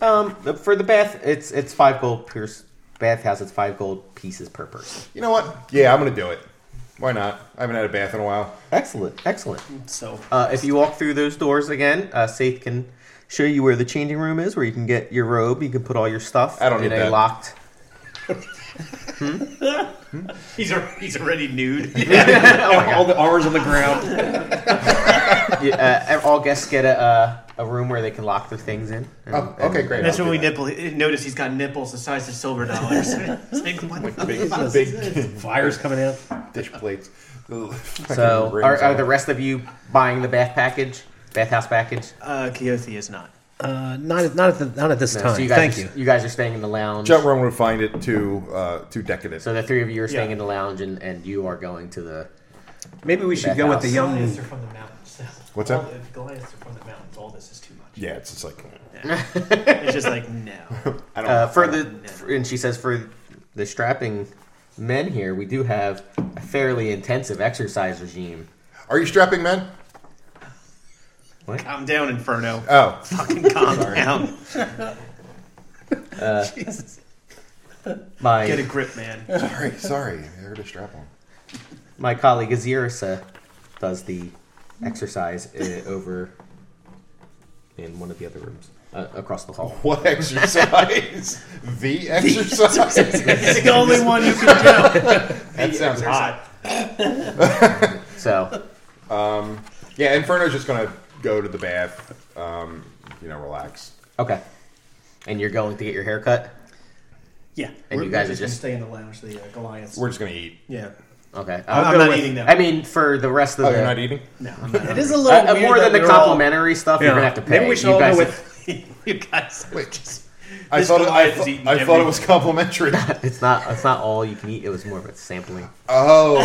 S7: Um, for the bath, it's it's five gold per s- bathhouse. It's five gold pieces per person.
S6: You know what? Yeah, I'm gonna do it. Why not? I haven't had a bath in a while.
S7: Excellent, excellent.
S5: So
S7: Uh, if you walk through those doors again, uh, Saith can show you where the changing room is, where you can get your robe. You can put all your stuff
S6: I don't
S7: in
S6: need
S7: a
S6: that.
S7: locked.
S12: he's al- he's already
S5: *laughs*
S12: nude.
S11: all the armor's on the ground.
S7: you- uh, *laughs* all guests get a, uh, a room where they can lock their things in. And-
S6: Oh, okay, great.
S5: that's
S6: I'll
S5: when we
S6: do that.
S5: nipple. Notice he's got nipples the size of silver
S7: *laughs*
S5: dollars. It's like, what the
S6: Big
S11: Fire's coming out.
S6: dish plates. *laughs*
S7: So, are, are the rest of you buying the bath package, bathhouse package?
S12: Uh, Keothi is not.
S11: Uh, not at, not at the, not at this
S7: No,
S11: time.
S7: so you guys,
S11: Thank
S7: are,
S11: you.
S7: You guys are staying in the lounge.
S6: Jet Run would find it too uh, too decadent.
S7: So the three of you are
S5: Yeah.
S7: staying in the lounge, and, and you are going to the.
S11: Maybe we should
S7: That
S11: go with the
S7: house.
S11: young.
S5: Goliaths are from the mountains.
S6: What's
S5: All
S6: that?
S5: the- Goliaths are from the mountains. All this is too much.
S6: yeah, it's just like
S12: It's just like no.
S6: I don't.
S7: Uh, for the and she says for the strapping men here, we do have a fairly intensive exercise regime.
S6: are you strapping, man?
S12: Calm down, Inferno.
S6: Oh, *laughs*
S12: Fucking calm down.
S7: My
S12: Get a grip,
S5: *laughs*
S12: man.
S6: sorry, sorry. I heard a strap on.
S7: my colleague Azirisa does the exercise uh, over in one of the other rooms uh, across the hall.
S6: What exercise? *laughs* the exercise.
S5: It's the only one you can do.
S6: that sounds hot.
S7: So
S6: Yeah, Inferno's just gonna go to the bath. Um, you know, relax.
S7: okay, and you're going to get your hair cut.
S5: Yeah.
S7: And
S5: We're-
S7: you guys
S5: we're
S7: are
S5: gonna
S7: just-
S5: stay in the lounge. The uh, Goliaths.
S6: We're just gonna eat.
S5: yeah.
S7: Okay,
S5: I'm,
S7: Uh,
S5: I'm not eating that.
S7: I mean for the rest of
S6: Oh,
S7: the
S6: you're not eating?
S5: no, *laughs* I'm not.
S11: It is a
S7: Uh, uh, more than the complimentary stuff, you're
S11: Yeah.
S7: gonna have to pay.
S11: Maybe we should
S7: you
S11: all
S7: guys
S11: go
S5: *laughs*
S12: you guys. are just-
S6: I
S12: This
S6: thought it, I,
S12: Goliath
S6: thought-
S12: is eating
S6: I thought it
S12: everything.
S6: was complimentary.
S7: *laughs* it's not it's not all you can eat. It was more of a sampling.
S6: oh.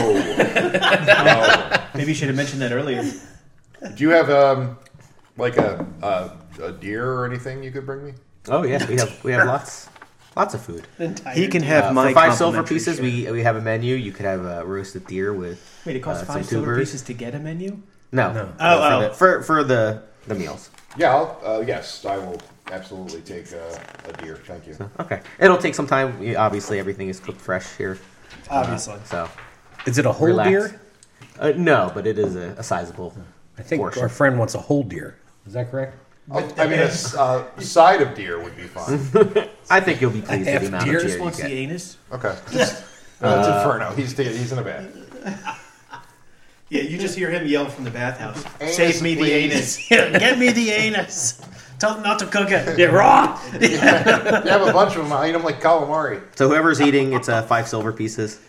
S5: Maybe you should have mentioned that earlier. *laughs*
S6: Do you have um like a, a a deer or anything you could bring me?
S7: Oh yeah, we have *laughs* we have lots lots of food.
S12: He can
S7: Uh,
S12: have
S7: for
S12: my
S7: five silver
S12: complimentary
S7: pieces,
S12: share.
S7: we we have a menu. You could have a roasted deer with
S5: Wait, it costs
S7: Uh,
S5: five
S7: some
S5: silver
S7: tubers.
S5: pieces to get a menu.
S7: no.
S11: No.
S7: Uh,
S5: Oh,
S7: for
S5: oh.
S7: The, for for the the meals.
S6: Yeah, I'll, uh, yes, I will absolutely take uh, a deer. Thank you.
S7: Okay, it'll take some time. We- Obviously, everything is cooked fresh here,
S5: Obviously.
S7: so
S11: Is it a whole
S7: relax.
S11: deer?
S7: Uh, no, but it is a, a sizable.
S11: I think
S7: Portion.
S11: our friend wants a whole deer. Is that correct?
S6: I'll- I mean, a s- uh, side of deer would be fine.
S7: I think you'll be pleased with
S11: I have
S7: the amount
S11: deer.
S7: of
S5: Just
S7: deer you
S5: wants the
S7: get.
S5: anus.
S6: *laughs* Okay. *laughs* Just, no, it's Inferno. He's t- he's in a bath.
S5: Yeah, you just hear him yell from the bathhouse.
S6: Anus,
S5: Save me the
S6: please.
S5: anus. *laughs* Yeah, get me the anus. Tell him not to cook it. Yeah, raw.
S6: You have a bunch of them. I eat them like calamari.
S7: So whoever's eating, it's uh, five silver pieces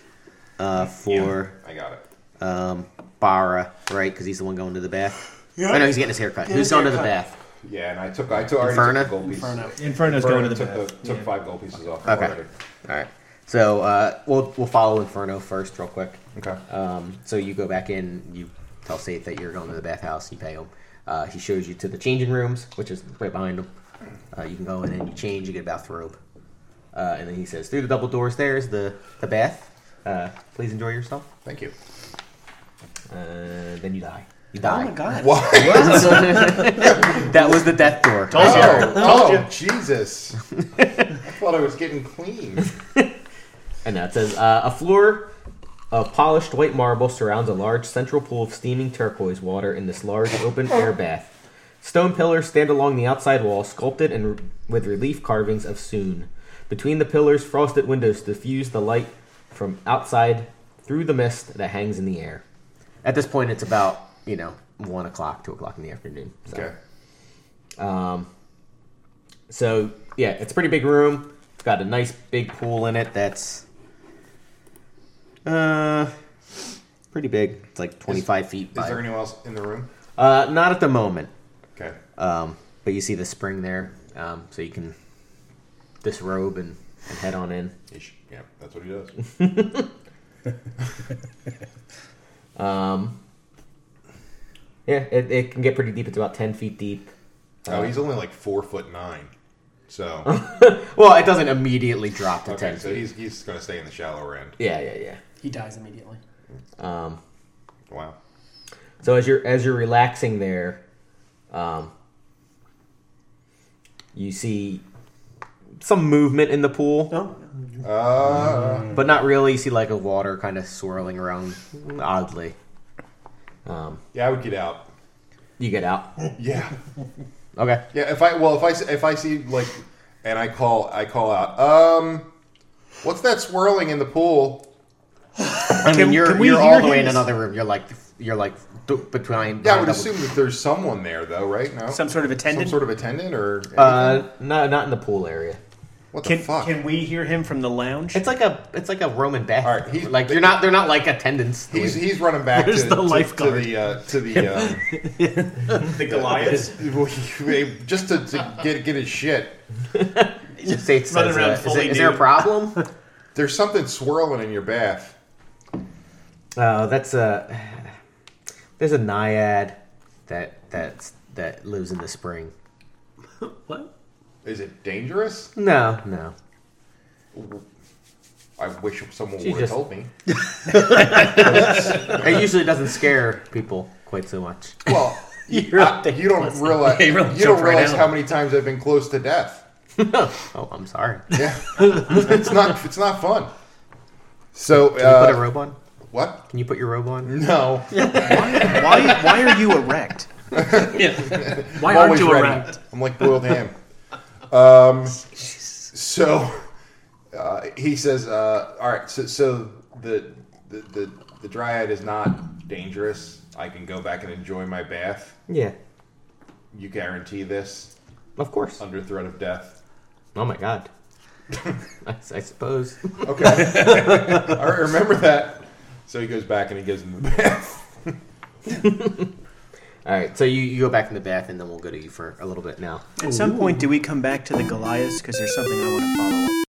S7: uh, for
S6: I got it.
S7: um, Bara, right? Because he's the one going to the bath. I know he's getting his hair cut. Who's going to the bath?
S6: Yeah, and I took I took already
S7: Inferno?
S6: took the gold pieces.
S5: Inferno.
S12: Inferno's
S6: Inferno
S12: going to the
S6: took,
S12: bath.
S6: the, took five gold pieces off
S7: Okay.
S6: already.
S7: All right. So uh, we'll we'll follow Inferno first, real quick.
S6: Okay.
S7: Um, so you go back in, you tell Saith that you're going to the bathhouse, you pay him. Uh, he shows you to the changing rooms, which is right behind him. Uh, you can go in and you change, you get a bathrobe. Uh, and then he says, through the double doors there is the, the bath. Uh, please enjoy yourself.
S6: Thank you.
S7: Uh, then you die. You die.
S5: Oh my god.
S6: What?
S7: That was the death door.
S6: *laughs* Oh, oh, Jesus. I thought I was getting *laughs* clean.
S7: And that says uh, a floor of polished white marble surrounds a large central pool of steaming turquoise water in this large open air bath. Stone pillars stand along the outside wall, sculpted and with relief carvings of soon. Between the pillars, frosted windows diffuse the light from outside through the mist that hangs in the air. At this point, it's about you know one o'clock, two o'clock in the afternoon. So.
S6: Okay.
S7: So yeah, it's a pretty big room. It's got a nice big pool in it. That's Uh, pretty big. It's like 25 feet.
S6: Is
S7: By.
S6: there anyone else in the room?
S7: uh, not at the moment.
S6: Okay.
S7: Um, but you see the spring there, um, so you can disrobe and, and head on in.
S6: He sh- yeah, that's what he does.
S7: Um, yeah, it, it can get pretty deep. It's about 10 feet deep.
S6: oh, he's only like four foot nine. So
S7: Well, it doesn't immediately drop to 10
S6: okay,
S7: feet.
S6: so he's he's gonna stay in the shallower end.
S7: Yeah, yeah, yeah.
S5: He dies immediately.
S7: Um,
S6: Wow.
S7: So as you're as you're relaxing there, um, you see some movement in the pool,
S5: No,
S6: Uh,
S7: but not really. You see like a water kind of swirling around oddly. Um,
S6: yeah, I would get out.
S7: you get out.
S6: Yeah,
S7: Okay.
S6: yeah. If I well, if I s- if I see like, and I call I call out. Um, what's that swirling in the pool?
S7: I mean, you're
S5: can we
S7: you're all
S5: hear
S7: the way in
S5: his-
S7: another room. You're like you're like d- between.
S6: Yeah, I would
S7: double-
S6: assume that there's someone there though, right? No,
S5: some sort of attendant.
S6: some sort of attendant or
S7: Uh, no, not in the pool area.
S6: what
S4: Can,
S6: the fuck?
S4: can we hear him from the lounge?
S7: It's like a it's like a Roman bath.
S6: All right, he's-
S7: like you're not they're not like attendants.
S6: He's, he's running back to
S4: Where's the
S6: to-
S4: lifeguard?
S6: to, the uh, to the um, *laughs*
S5: the Goliath.
S6: just to, to get get his shit.
S7: Say it says
S4: running around
S7: that. Is,
S4: fully
S7: it- is there a
S4: nude.
S6: *laughs*
S7: problem?
S6: There's something swirling in your bath.
S7: Oh, that's a there's a naiad that that's that lives in the spring.
S4: what?
S6: Is it dangerous?
S7: No, no.
S6: I wish someone
S7: She
S6: would have
S7: just-
S6: told
S11: *laughs*
S6: me.
S7: It usually doesn't scare people quite so much.
S11: *laughs*
S6: Well, you, I- you don't realize
S11: They really
S6: you don't
S11: jump right
S6: realize
S11: out.
S6: how many times I've been close to
S11: *laughs*
S6: death.
S7: oh, I'm sorry. Can
S6: Yeah, it's not it's not fun. So
S7: you
S6: uh,
S7: put a robe on?
S6: what?
S7: Can you put your robe on?
S6: No,
S12: Why? Why are you
S6: *laughs*
S12: erect?
S4: Why
S6: I'm
S4: aren't
S6: always
S4: you
S6: ready.
S4: erect?
S6: I'm like boiled
S12: *laughs*
S6: ham. Um, so uh, he says, uh, "All right, so, so the, the the the dryad is not dangerous. I can go back and enjoy my bath.
S7: Yeah,
S6: You guarantee this
S7: of course.
S6: under threat of death."
S7: Oh my god. *laughs* I, I suppose.
S6: Okay, *laughs* I remember that. So he goes back and he gives him the bath.
S7: All right, so you, you go back in the bath, and then we'll go to you for a little bit now.
S12: At some point, do we come back to the Goliaths? Because there's something I want to follow up.